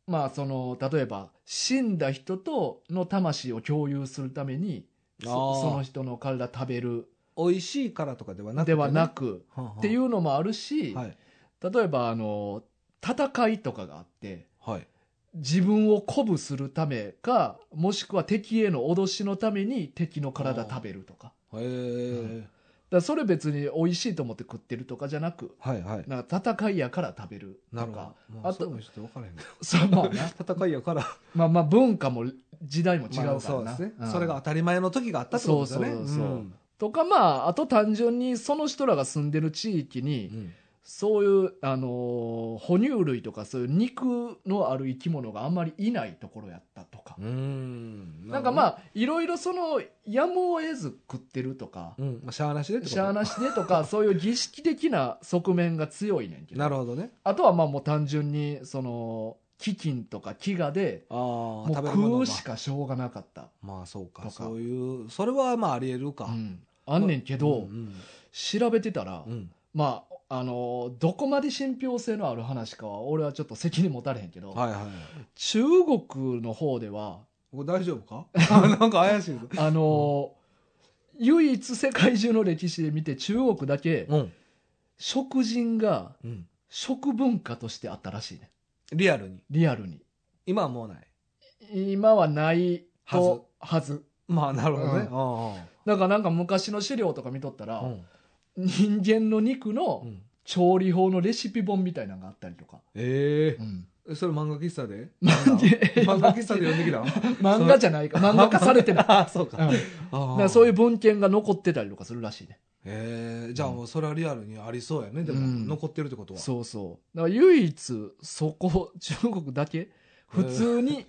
Speaker 1: まあその例えば死んだ人との魂を共有するためにそ
Speaker 2: あー
Speaker 1: その人の体食べる
Speaker 2: 美味しいからとかではなくて
Speaker 1: で
Speaker 2: ね、
Speaker 1: はな
Speaker 2: く
Speaker 1: く
Speaker 2: っ、
Speaker 1: っていううのもあるし、
Speaker 2: はい
Speaker 1: 例えばあの戦いとかがあって
Speaker 2: はい、
Speaker 1: 自分を鼓舞するためかもしくは敵への脅しのために敵の体食べるとか
Speaker 2: へえ、
Speaker 1: うんだからそれ別に美味しいと思って食ってるとかじゃなく
Speaker 2: はいはい
Speaker 1: なんか戦いやから食べると
Speaker 2: なるほど
Speaker 1: か、
Speaker 2: ま
Speaker 1: あ
Speaker 2: あ
Speaker 1: と
Speaker 2: ともちょっと分からへんけど
Speaker 1: そう まあな
Speaker 2: 戦いやから
Speaker 1: まあまあ文化も時代も違うからな、
Speaker 2: まあそうですね、
Speaker 1: うん
Speaker 2: それが当たり前の時があったってことですよね
Speaker 1: そうそうそう
Speaker 2: うん
Speaker 1: とか、まあ、あと単純にその人らが住んでる地域に、そういう、あのー哺乳類とかそういう肉のある生き物があんまりいないところやったとか、
Speaker 2: うん
Speaker 1: なんかま
Speaker 2: あ、
Speaker 1: あいろいろそのやむを得ず食ってるとか、
Speaker 2: うんまあ、シャアなしでってこと
Speaker 1: しゃあなしでと かそういう儀式的な側面が強いねんけど
Speaker 2: なるほどね
Speaker 1: あとはまあもう単純にその飢饉とか飢餓で
Speaker 2: あ
Speaker 1: も
Speaker 2: あ
Speaker 1: う
Speaker 2: 食べるもの
Speaker 1: 食
Speaker 2: が
Speaker 1: うしかしょうがなかった、
Speaker 2: まあそう
Speaker 1: と
Speaker 2: か
Speaker 1: か
Speaker 2: そういうそれはまあありえるか、
Speaker 1: うんあんねんけど、
Speaker 2: うん
Speaker 1: 調べてたら、
Speaker 2: うん
Speaker 1: まああのーどこまで信憑性のある話かは俺はちょっと責任持たれへんけど、
Speaker 2: はいはい
Speaker 1: 中国の方では
Speaker 2: これ大丈 夫かなんか怪しいぞ
Speaker 1: あのー唯一世界中の歴史で見て中国だけ
Speaker 2: うん、
Speaker 1: 食人が
Speaker 2: うん、
Speaker 1: 食文化としてあったらしいね
Speaker 2: リアルに
Speaker 1: リアルに
Speaker 2: 今はもうない
Speaker 1: 今はないとはず
Speaker 2: まあなるほどね、
Speaker 1: う
Speaker 2: う
Speaker 1: だからなんか昔の資料とか見とったら、
Speaker 2: んうん
Speaker 1: 人間の肉
Speaker 2: う
Speaker 1: の
Speaker 2: ん
Speaker 1: 調理法のレシピ本みたいなのがあったりとか、
Speaker 2: え
Speaker 1: うん
Speaker 2: えそれ漫画喫 茶で
Speaker 1: で
Speaker 2: 漫画喫茶で読ん できた
Speaker 1: 漫画じゃないか漫画化されてない、
Speaker 2: あそう
Speaker 1: うん
Speaker 2: か,、
Speaker 1: だ
Speaker 2: あ
Speaker 1: からそういう文献が残ってたりとかするらしいね
Speaker 2: えー、じゃあもうそれはリアルにありそうやねでも、
Speaker 1: うん
Speaker 2: 残ってるってことは
Speaker 1: そうそうだから唯一そこ中国だ け普通に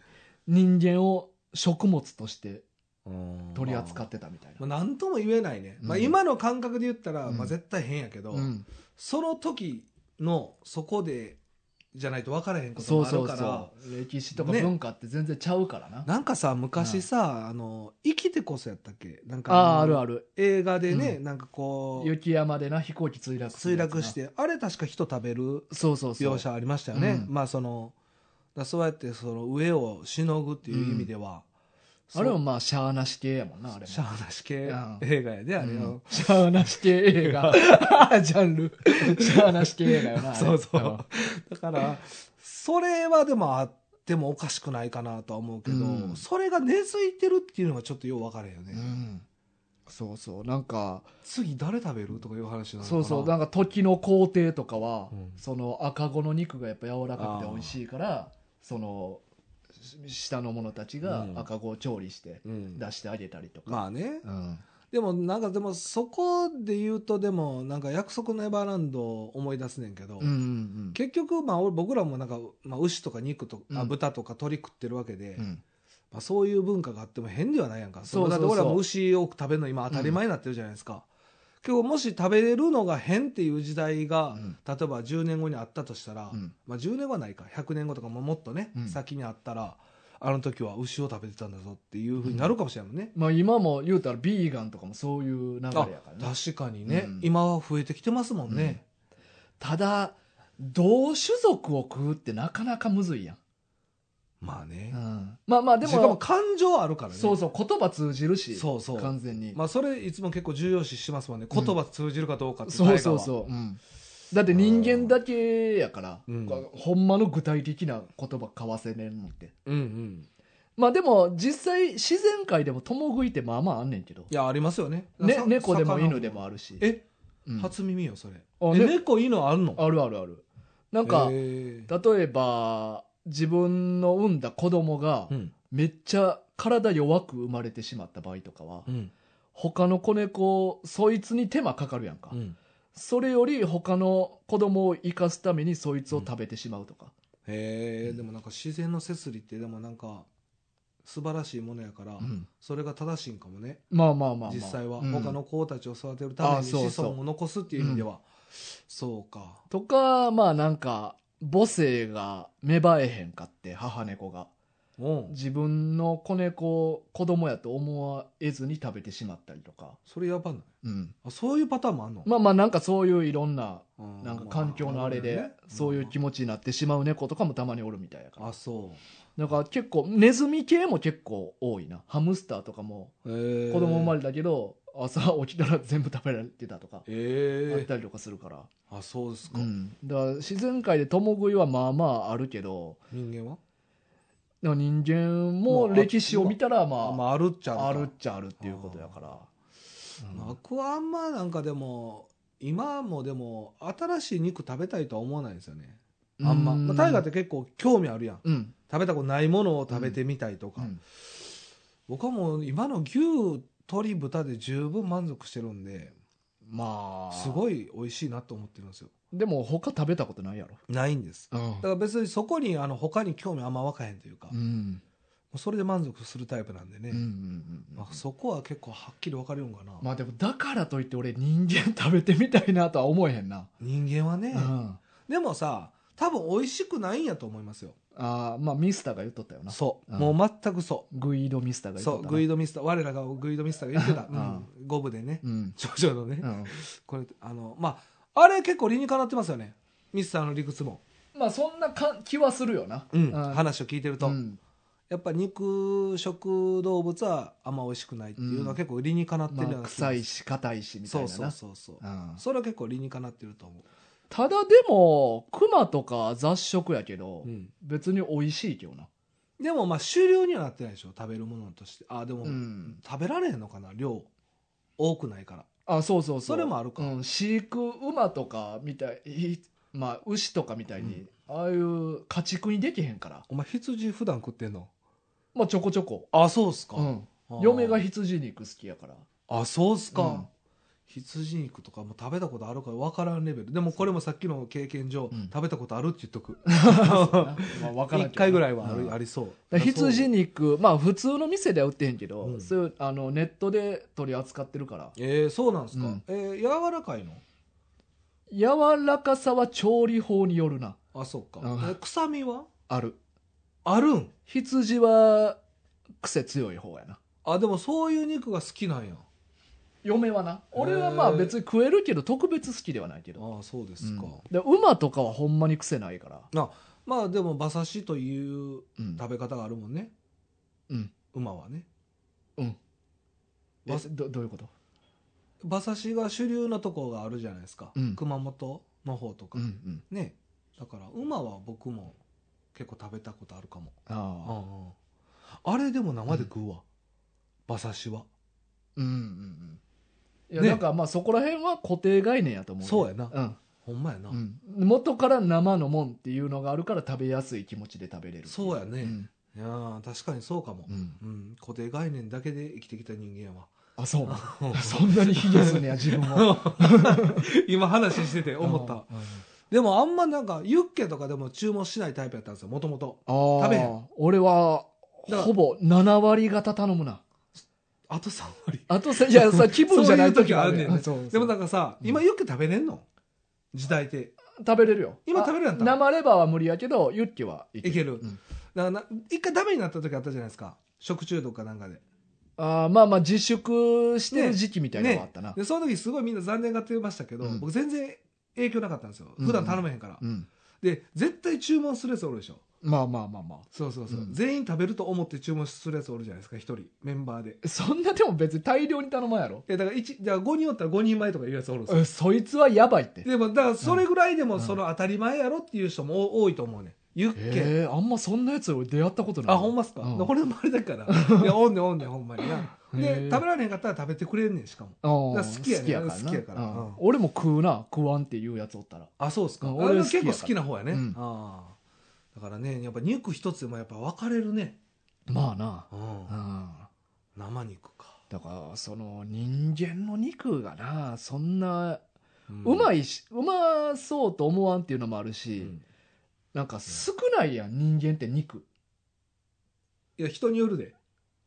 Speaker 1: 人間を食物として
Speaker 2: うん
Speaker 1: 取り扱ってたみたい
Speaker 2: ま
Speaker 1: な、
Speaker 2: あ何とも言えないね、まあ、
Speaker 1: うん
Speaker 2: 今の感覚で言ったら、
Speaker 1: うん
Speaker 2: まあ、絶対変やけど、
Speaker 1: うん
Speaker 2: その時のそこでじゃないと分からへんこと
Speaker 1: そ
Speaker 2: も
Speaker 1: う
Speaker 2: ある
Speaker 1: そう
Speaker 2: から
Speaker 1: そう歴史とか
Speaker 2: ね
Speaker 1: 文化って全然ちゃうからな、
Speaker 2: なんかさ昔さ、あの生きてこそやったっけなんか
Speaker 1: ああある
Speaker 2: の
Speaker 1: ある
Speaker 2: 映画でね、
Speaker 1: う
Speaker 2: なんかこう
Speaker 1: 雪山でな飛行機墜落する
Speaker 2: 墜
Speaker 1: やつな
Speaker 2: 落してあれ確か人食べる
Speaker 1: そうそうそう
Speaker 2: 描写ありましたよね
Speaker 1: うん
Speaker 2: まあそのだからそうやってその上をしのぐっていう意味では、そう
Speaker 1: あれもまあしゃあなし系やもんなあれも
Speaker 2: シャアなし系
Speaker 1: うん
Speaker 2: 映画やであれ
Speaker 1: う
Speaker 2: よ、
Speaker 1: んしゃあなし系映 画ジャンルしゃあなし系映画よなあれ
Speaker 2: そうそう。だから、それはでもあってもおかしくないかなとは思うけど、
Speaker 1: うん
Speaker 2: それが根付いてるっていうのがちょっとよう分かれへんよね。
Speaker 1: うんそうそうなんか
Speaker 2: 次誰食べるとかいう話なのか
Speaker 1: そ
Speaker 2: な。
Speaker 1: うそうなんか時の皇帝とかは、
Speaker 2: うん
Speaker 1: その赤子の肉がやっぱ柔らかくて美味しいからそのし下の者たちが
Speaker 2: うん
Speaker 1: 赤子を調理して
Speaker 2: うん
Speaker 1: 出してあげたりとか、
Speaker 2: まあね。
Speaker 1: うん
Speaker 2: でもなんかでもそこで言うとでもなんか約束のエバーランドを思い出すねんけど、
Speaker 1: うんうん
Speaker 2: 結局まあ俺僕らもなんか、まあ、牛とか肉とか、あ
Speaker 1: うん
Speaker 2: 豚とか鳥食ってるわけで、
Speaker 1: うんうん
Speaker 2: まあ、そういう文化があっても変ではないやんか
Speaker 1: そうそうそう
Speaker 2: だって俺らも牛を食べるの今当たり前になってるじゃないですか、結構もし食べれるのが変っていう時代が、
Speaker 1: うん
Speaker 2: 例えば10年後にあったとしたら、
Speaker 1: うん
Speaker 2: まあ、10年後はないか100年後とかももっとね、
Speaker 1: うん
Speaker 2: 先にあったらあの時は牛を食べてたんだぞっていうふうになるかもしれないもんね、
Speaker 1: まあ今も言うたらビーガンとかもそういう流れや
Speaker 2: あ
Speaker 1: からね
Speaker 2: 確かにね、
Speaker 1: うん
Speaker 2: 今は増えてきてますもんね、
Speaker 1: ただ同種族を食うってなかなかむずいやん、
Speaker 2: まあね、
Speaker 1: うんまあまあで
Speaker 2: しかも
Speaker 1: も
Speaker 2: 感情あるからね
Speaker 1: そうそう言葉通じるし
Speaker 2: そうそう
Speaker 1: 完全に、
Speaker 2: まあ、それいつも結構重要視しますもんね言葉通じるかどうかって
Speaker 1: そうそう
Speaker 2: う
Speaker 1: そう、うんだって人間だけやから、
Speaker 2: うん
Speaker 1: こうほんまの具体的な言葉交わせねんのって
Speaker 2: うんうん
Speaker 1: まあでも実際自然界でも共食いってまあまああんねんけど、
Speaker 2: いやありますよね
Speaker 1: ね
Speaker 2: さ、
Speaker 1: 猫でも
Speaker 2: 魚
Speaker 1: 犬でもあるし
Speaker 2: え、
Speaker 1: うん
Speaker 2: 初耳よそれ
Speaker 1: あ
Speaker 2: え
Speaker 1: ね
Speaker 2: 猫いいのあるの
Speaker 1: あるあるあるなんか、
Speaker 2: へー
Speaker 1: 例えば自分の産んだ子供が
Speaker 2: うん
Speaker 1: めっちゃ体弱く生まれてしまった場合とかは、
Speaker 2: うん
Speaker 1: 他の子猫そいつに手間かかるやんか、
Speaker 2: うん
Speaker 1: それより他の子供を生かすためにそいつを食べてしまうとか、
Speaker 2: へえでもなんか自然の摂理ってでもなんか素晴らしいものやから、
Speaker 1: うん
Speaker 2: それが正しいんかもね
Speaker 1: まあまあまあ、まあ、
Speaker 2: 実際は、
Speaker 1: うん
Speaker 2: 他の子たちを育てるため
Speaker 1: あ
Speaker 2: に
Speaker 1: そう
Speaker 2: 子
Speaker 1: そう
Speaker 2: 孫を残すっていう意味ではそうか
Speaker 1: とかまあなんか母性が芽生えへんかって母猫が
Speaker 2: うん
Speaker 1: 自分の子猫を子供やと思わえずに食べてしまったりとか、
Speaker 2: それやばない
Speaker 1: うん、
Speaker 2: あそういうパターンもあんの、
Speaker 1: まあまあなんかそういういろんな
Speaker 2: う
Speaker 1: なんか環境のあれでそういう気
Speaker 2: 持ち
Speaker 1: 持ちになってしまう猫とかもたまにおるみたいやから
Speaker 2: あそ
Speaker 1: だから結構ネズミ系も結構多いなハムスターとかも
Speaker 2: うへえ
Speaker 1: 子供生ま
Speaker 2: れ
Speaker 1: れたけど朝起きたら全部食べられてたとかあっ
Speaker 2: え
Speaker 1: たりとかするから、
Speaker 2: あそうですか、
Speaker 1: うん、だから自然界で共食いはまあまああるけど
Speaker 2: 人間は
Speaker 1: だから人間も歴史を見たら
Speaker 2: あ,、ま
Speaker 1: ま
Speaker 2: あ、あるっちゃ
Speaker 1: ああ
Speaker 2: るか
Speaker 1: るっちゃあるっていうことやから、うん
Speaker 2: 僕はあんまなんかでも今もでも新しい肉食べたいとは思わないですよねあんま、まあ、大河って結構興味あるやん
Speaker 1: うん、
Speaker 2: 食べたことないものを食べてみたいと
Speaker 1: う
Speaker 2: か、
Speaker 1: ん
Speaker 2: 僕はもう今の牛鶏豚で十分満足してるんで
Speaker 1: まあ
Speaker 2: すごい美味しいなと思ってるんですよ
Speaker 1: でも他食べたことないやろ
Speaker 2: ないんです
Speaker 1: うん
Speaker 2: だから別にそこにあの他に興味あんま分かへんというか、
Speaker 1: う
Speaker 2: も
Speaker 1: ん
Speaker 2: うそれで満足するタイプなんでね、
Speaker 1: うんうんうん
Speaker 2: まあ、そこは結構はっきり分かれるんかな、
Speaker 1: まあでもだからといって俺人間食べてみたいなとは思えへんな、
Speaker 2: 人間はね、
Speaker 1: うん
Speaker 2: でもさ多分美味しくないんやと思いますよ
Speaker 1: あーまあミスターが言っとったよな
Speaker 2: そう、
Speaker 1: うん
Speaker 2: もう全くそ
Speaker 1: グイードミスター
Speaker 2: う
Speaker 1: が言
Speaker 2: そ
Speaker 1: っと
Speaker 2: う
Speaker 1: ったな
Speaker 2: グイドミスター我らがグイドミスターが言ってた、
Speaker 1: うん
Speaker 2: うん五部でね
Speaker 1: うん、
Speaker 2: ジョジョのね、
Speaker 1: うん、
Speaker 2: これあのまああれ結構理にかなってますよねミスターの理屈も、
Speaker 1: まあそんなか気はするよな、
Speaker 2: うん
Speaker 1: うん
Speaker 2: 話を聞いてると、
Speaker 1: うん
Speaker 2: やっぱ肉食動物はあんま美味しくないっていうのは結構理にかなって
Speaker 1: ま
Speaker 2: るよう
Speaker 1: あ、
Speaker 2: な気がする
Speaker 1: 臭いし硬いしみたい
Speaker 2: そ
Speaker 1: な
Speaker 2: う
Speaker 1: な
Speaker 2: そうそうそう、
Speaker 1: うん
Speaker 2: それは結構理にかなってると思
Speaker 1: ただでもクマとか雑食やけど、
Speaker 2: う、うん
Speaker 1: 別に美味しいけどな
Speaker 2: でもまあ終了にはなってないでしょ食べるものとしてあでも、
Speaker 1: うん
Speaker 2: 食べられへんのかな量多くないから
Speaker 1: あそうそうそう
Speaker 2: それもあるか
Speaker 1: うん、飼育馬とかみたいいまあ牛とかみたいに、ああいう家畜にできへんから
Speaker 2: お前羊普段食ってんの
Speaker 1: まあちょこちょこ、
Speaker 2: あそうっすか、
Speaker 1: うん、
Speaker 2: あー
Speaker 1: 嫁が羊肉好きやから
Speaker 2: あそうっすか、
Speaker 1: うん
Speaker 2: 羊肉とかも食べたことあるから分からんレベルでもこれもさっきの経験上、
Speaker 1: うん
Speaker 2: 食べたことあるって言っと く
Speaker 1: まあ分からんけど
Speaker 2: 一
Speaker 1: な
Speaker 2: 回ぐらいはあ
Speaker 1: う
Speaker 2: る、
Speaker 1: ん
Speaker 2: ありそう
Speaker 1: だから羊肉まあ普通の店では売ってへんけど、
Speaker 2: うん
Speaker 1: そういうあのネットで取り扱ってるから
Speaker 2: えー、そうなんですか、
Speaker 1: うん
Speaker 2: えー柔らかいの
Speaker 1: 柔らかさは調理法によるな
Speaker 2: あそうか、
Speaker 1: うん
Speaker 2: えー臭みは
Speaker 1: ある
Speaker 2: あるん
Speaker 1: 羊は癖強い方やな
Speaker 2: あでもそういう肉が好きなんや
Speaker 1: 嫁はな俺はま
Speaker 2: へ
Speaker 1: あ
Speaker 2: ー
Speaker 1: 別に食えるけど特別好きではないけど、
Speaker 2: ああそうで
Speaker 1: う
Speaker 2: す
Speaker 1: ん
Speaker 2: か、
Speaker 1: で馬とかはほんまに癖ないから、
Speaker 2: まあでも馬刺しという
Speaker 1: うん
Speaker 2: 食べ方があるもんね
Speaker 1: うん
Speaker 2: 馬はね
Speaker 1: えどどういうこと
Speaker 2: 馬刺しが主流なとこがあるじゃないですか、
Speaker 1: うん
Speaker 2: 熊本の方とか、
Speaker 1: ん
Speaker 2: ねだから馬は僕も結構食べたことあるかも
Speaker 1: ああ
Speaker 2: ああれでも生で食うわ、馬刺しは
Speaker 1: うんうんうんいや、
Speaker 2: ね
Speaker 1: なんかまあそこら辺は固定概念やと思う
Speaker 2: そうやな
Speaker 1: うん
Speaker 2: ほんまやな、
Speaker 1: うん、元から生のもんっていうのがあるから食べやすい気持ちで食べれる
Speaker 2: そうや
Speaker 1: う
Speaker 2: ね、
Speaker 1: ん
Speaker 2: いやー確かにそうかも
Speaker 1: う、ん
Speaker 2: うん固定概念だけで生きてきた人 間は
Speaker 1: あそうな そんなに卑下すんねや自分を
Speaker 2: 今話してて思った、
Speaker 1: うん
Speaker 2: でもあんまなんかユッケとかでも注文しないタイプやったんですよもともと
Speaker 1: ああ
Speaker 2: 食べへん
Speaker 1: 俺は
Speaker 2: だから
Speaker 1: ほぼ7割方頼むな
Speaker 2: あと3割
Speaker 1: あとさい やさ気分じゃない時はあるやん
Speaker 2: そうい
Speaker 1: そう
Speaker 2: う
Speaker 1: そう
Speaker 2: でもなんかさ、
Speaker 1: うん
Speaker 2: 今ユッケ食べれんの時代って
Speaker 1: 食べれるよ
Speaker 2: 今食べれるやん
Speaker 1: あ生レバーは無理やけどユッケはい
Speaker 2: いける
Speaker 1: うん
Speaker 2: だからな一回ダメになった時あったじゃないですか食中毒かなんかで
Speaker 1: あーまあまあ自粛してる時期みたいなのがあったな、
Speaker 2: でその時すごいみんな残念がってましたけど、
Speaker 1: うん
Speaker 2: 僕全然影響なかったんですよ
Speaker 1: うん
Speaker 2: 普段頼めへんから、
Speaker 1: うん、
Speaker 2: で絶対注文するやつおるでしょ
Speaker 1: まあまあまあま
Speaker 2: そうそうそう、
Speaker 1: うん
Speaker 2: 全員食べると思って注文するやつおるじゃないですか一人メンバーで
Speaker 1: あそんなでも別に大量に頼まんやろ
Speaker 2: えだから一だから5人おったら5人前とかいうやつおるんですよ
Speaker 1: えそいつはやばいって
Speaker 2: でもだからそれぐらいで
Speaker 1: う
Speaker 2: も
Speaker 1: ん
Speaker 2: その当たり前やろっていう人も多多いと思うねユッケ
Speaker 1: えー、あんまそんなやつ俺出会ったことない
Speaker 2: あほんまっすか、
Speaker 1: うん
Speaker 2: 俺の周り だからいやおんねんおんねんほんまにな
Speaker 1: へ
Speaker 2: で
Speaker 1: え
Speaker 2: 食べられへんかったら食べてくれんねんしかも
Speaker 1: あー
Speaker 2: だから好きやね
Speaker 1: からな
Speaker 2: 好きやから
Speaker 1: うん
Speaker 2: うん
Speaker 1: 俺も食うな食わんっていうやつおったら
Speaker 2: あそうっすか、
Speaker 1: うん
Speaker 2: 俺
Speaker 1: 俺は
Speaker 2: は
Speaker 1: 好きや
Speaker 2: 結
Speaker 1: から
Speaker 2: 構好きな方やね、
Speaker 1: うん
Speaker 2: ああだからねやっぱ肉一つでもやっぱ分かれるね、
Speaker 1: まあな、
Speaker 2: うん
Speaker 1: うん、
Speaker 2: 生肉か、
Speaker 1: だからその人間の肉がなそんな
Speaker 2: うん
Speaker 1: うまいし、うまそうと思わんっていうのもある
Speaker 2: う
Speaker 1: し、
Speaker 2: ん
Speaker 1: なんか少ないやん人間って 肉
Speaker 2: いや人によるで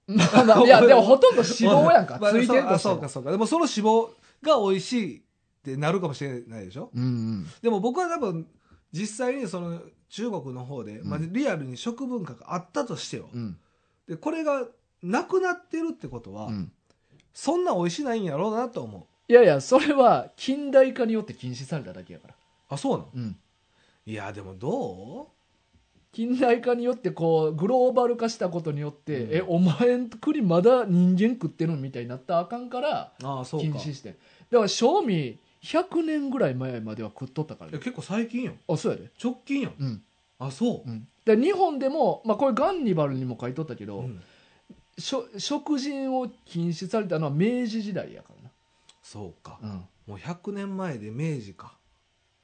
Speaker 1: まあまあいやでもほとんど脂肪やんか、
Speaker 2: まあ
Speaker 1: ついてる
Speaker 2: そう
Speaker 1: と
Speaker 2: あ
Speaker 1: して
Speaker 2: そう
Speaker 1: も
Speaker 2: かそうかでもその脂肪が美味しいってなるかもしれないでしょ
Speaker 1: うんうん
Speaker 2: でも僕は多分実際にその中国の方で、まあ、
Speaker 1: うん
Speaker 2: リアルに食文化があったとしてよ、
Speaker 1: うん
Speaker 2: でこれがなくなってるってことは、
Speaker 1: うん
Speaker 2: そんな美味しないんやろうなと思
Speaker 1: いやいやそれは近代化によって禁止されただけやから、
Speaker 2: うあそうなの
Speaker 1: うん、
Speaker 2: いやでもど
Speaker 1: 近代化によってこうグローバル化したことによって、
Speaker 2: うん
Speaker 1: えお前ん国まだ人間食ってるのみたいになったらあかんから
Speaker 2: うああそ
Speaker 1: 禁止してんだから賞味100年ぐらい前までは食っとったから
Speaker 2: い
Speaker 1: ね
Speaker 2: や結構最近よ
Speaker 1: あそうやで
Speaker 2: 直近よ
Speaker 1: うん
Speaker 2: あそうう、
Speaker 1: んで日本でも、まあ、これガンニバルにも書いとったけど、
Speaker 2: うん
Speaker 1: しょ食人を禁止されたのは明治時代やから
Speaker 2: そうか、
Speaker 1: な
Speaker 2: もう100年前で明治か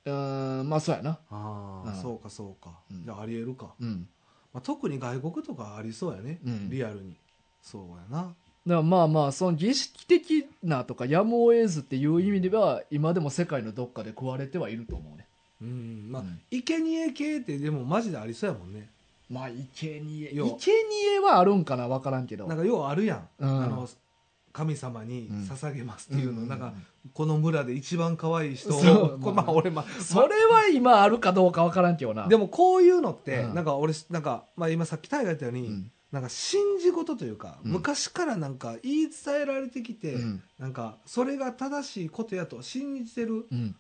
Speaker 1: うんんまあそうやな
Speaker 2: ああ、
Speaker 1: うん
Speaker 2: そうかそうか、
Speaker 1: うん
Speaker 2: じゃあありえるか、
Speaker 1: うん
Speaker 2: まあ、特に外国とかありそうやね、
Speaker 1: うん
Speaker 2: リアルにそうやな
Speaker 1: だからまあまあその儀式的なとかやむを得ずっていう意味では今でも世界のどっかで食われてはいると思うね
Speaker 2: うんまあ、
Speaker 1: うん
Speaker 2: 生贄系ってでもマジでありそうやもんね
Speaker 1: まあ生贄生
Speaker 2: よう
Speaker 1: 贄はあるんかな分からんけど
Speaker 2: なんかようあるやん、
Speaker 1: うん
Speaker 2: あの神様に捧げますっていうの、
Speaker 1: うん
Speaker 2: なんかこの村で一番可愛い人を
Speaker 1: そう
Speaker 2: これ
Speaker 1: ま
Speaker 2: ま
Speaker 1: あ
Speaker 2: あ俺まあ
Speaker 1: それは今あるかどうか分からんけどな
Speaker 2: で
Speaker 1: も、
Speaker 2: もこういうのって、
Speaker 1: うん
Speaker 2: なんか俺なんか、まあ、今さっき大河言ったように、
Speaker 1: うん
Speaker 2: なんか信じ事というか、
Speaker 1: うん
Speaker 2: 昔からなんか言い伝えられてきて、
Speaker 1: うん
Speaker 2: なんかそれが正しいことやと信じてる
Speaker 1: うん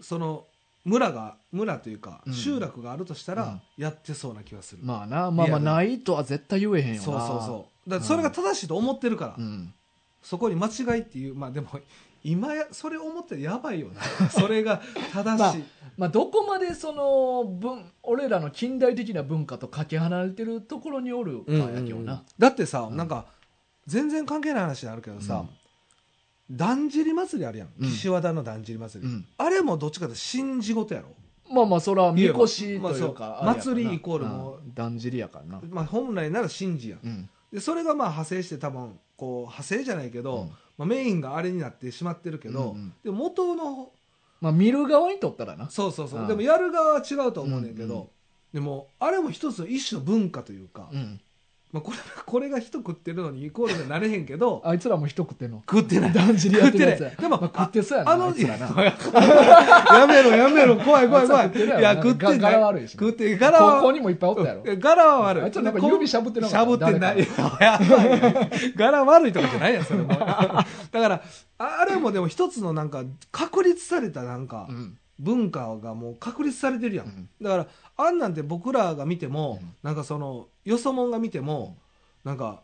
Speaker 2: その村が村というか、
Speaker 1: うん
Speaker 2: 集落があるとしたら、やってそうな気がする、
Speaker 1: まあなまあ
Speaker 2: リ
Speaker 1: ま
Speaker 2: ア
Speaker 1: あ
Speaker 2: ル
Speaker 1: ないとは絶対言えへんよな
Speaker 2: そうそうそうだからそれが正しいと思ってるから、
Speaker 1: ん、
Speaker 2: そこに間違いっていうまあで も今やそれ思ったらやばいよなそれが正しい、
Speaker 1: まあどこまでその文俺らの近代的な文化とかけ離れてるところにおるか
Speaker 2: うんうん
Speaker 1: やけど
Speaker 2: うん
Speaker 1: な、
Speaker 2: だってさ、
Speaker 1: うん
Speaker 2: なんか全然関係ない話になるけどさ、だんじり祭りあるやん、
Speaker 1: うん
Speaker 2: 岸和田のだんじり祭り、
Speaker 1: うん
Speaker 2: あれもどっちかって信じ事やろ、
Speaker 1: まあまあそれはみこしという
Speaker 2: まあ
Speaker 1: か
Speaker 2: そう
Speaker 1: あれやからな
Speaker 2: 祭りイコールも
Speaker 1: うんだんじりやからな、
Speaker 2: まあ、本来なら信じやん
Speaker 1: うん
Speaker 2: でそれがまあ派生して多分こう派生じゃないけど、
Speaker 1: うん
Speaker 2: まあ、メインがあれになってしまってるけど、
Speaker 1: うんうん
Speaker 2: でも元の
Speaker 1: まあ見る側にとったらな
Speaker 2: そうそうそう、
Speaker 1: うん
Speaker 2: でもやる側は違うと思うねんけど、
Speaker 1: うんうん
Speaker 2: でもあれも一つの一種の文化というか、
Speaker 1: うん
Speaker 2: まあ、これ これが人食ってるのにイコールにはなれへんけど
Speaker 1: あいつらも一食ってんの
Speaker 2: 食ってない
Speaker 1: だんじりやってるやつ
Speaker 2: 食
Speaker 1: や
Speaker 2: ってないでも
Speaker 1: まあ、食ってそうやな
Speaker 2: あ
Speaker 1: あ
Speaker 2: の
Speaker 1: いつらな
Speaker 2: やめろやめろ怖い怖い怖
Speaker 1: あ
Speaker 2: い
Speaker 1: いつら食ってるやろ
Speaker 2: いや食ってない
Speaker 1: が柄悪いしな
Speaker 2: 食って柄
Speaker 1: 高校
Speaker 2: は
Speaker 1: にもいっぱいおったやろ、
Speaker 2: うん柄は悪い
Speaker 1: あいつらなんか指しゃぶってな
Speaker 2: し
Speaker 1: か
Speaker 2: ゃ
Speaker 1: った
Speaker 2: ぶってない。
Speaker 1: 誰
Speaker 2: いやばい柄悪いとかじゃないやん、それも。 だから、あれもでも一つのなんか、確立されたなんか
Speaker 1: か、うん
Speaker 2: 文化がもう確立されてるや。
Speaker 1: うんん
Speaker 2: だから、あんなんて僕らが見ても
Speaker 1: うん、
Speaker 2: なんかその、よそ者が見ても、なんか、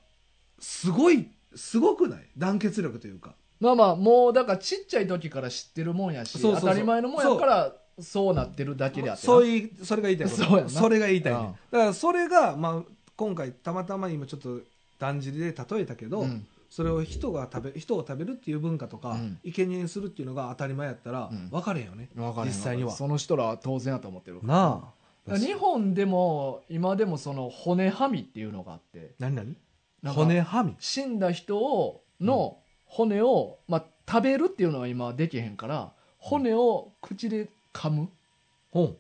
Speaker 2: すごい、すごくない団結力というか。
Speaker 1: まあまあもうだからちっちゃい時から知ってるもんやし
Speaker 2: そうそうそう
Speaker 1: 当たり前のもんやからそうなってるだけであってな
Speaker 2: そういう、それが言いたいこと。
Speaker 1: そうやな
Speaker 2: れが言いたいね
Speaker 1: うん
Speaker 2: だから、それが、まあ、今回、たまたま今ちょっと、だんじりで例えたけど、
Speaker 1: うん
Speaker 2: それを人が食べ人を食べるっていう文化とか、
Speaker 1: うん
Speaker 2: 生贄にするっていうのが当たり前やったら
Speaker 1: うん
Speaker 2: 分かれへんよね、
Speaker 1: わかる
Speaker 2: 実際には
Speaker 1: その人らは当然やと思ってるから
Speaker 2: なあ
Speaker 1: 日本でも今でもその骨はみっていうのがあって
Speaker 2: 何何
Speaker 1: なんか
Speaker 2: 骨はみ
Speaker 1: 死んだ人をの骨を、まあ、食べるっていうのは今できへんから骨を口で噛むっ
Speaker 2: ほん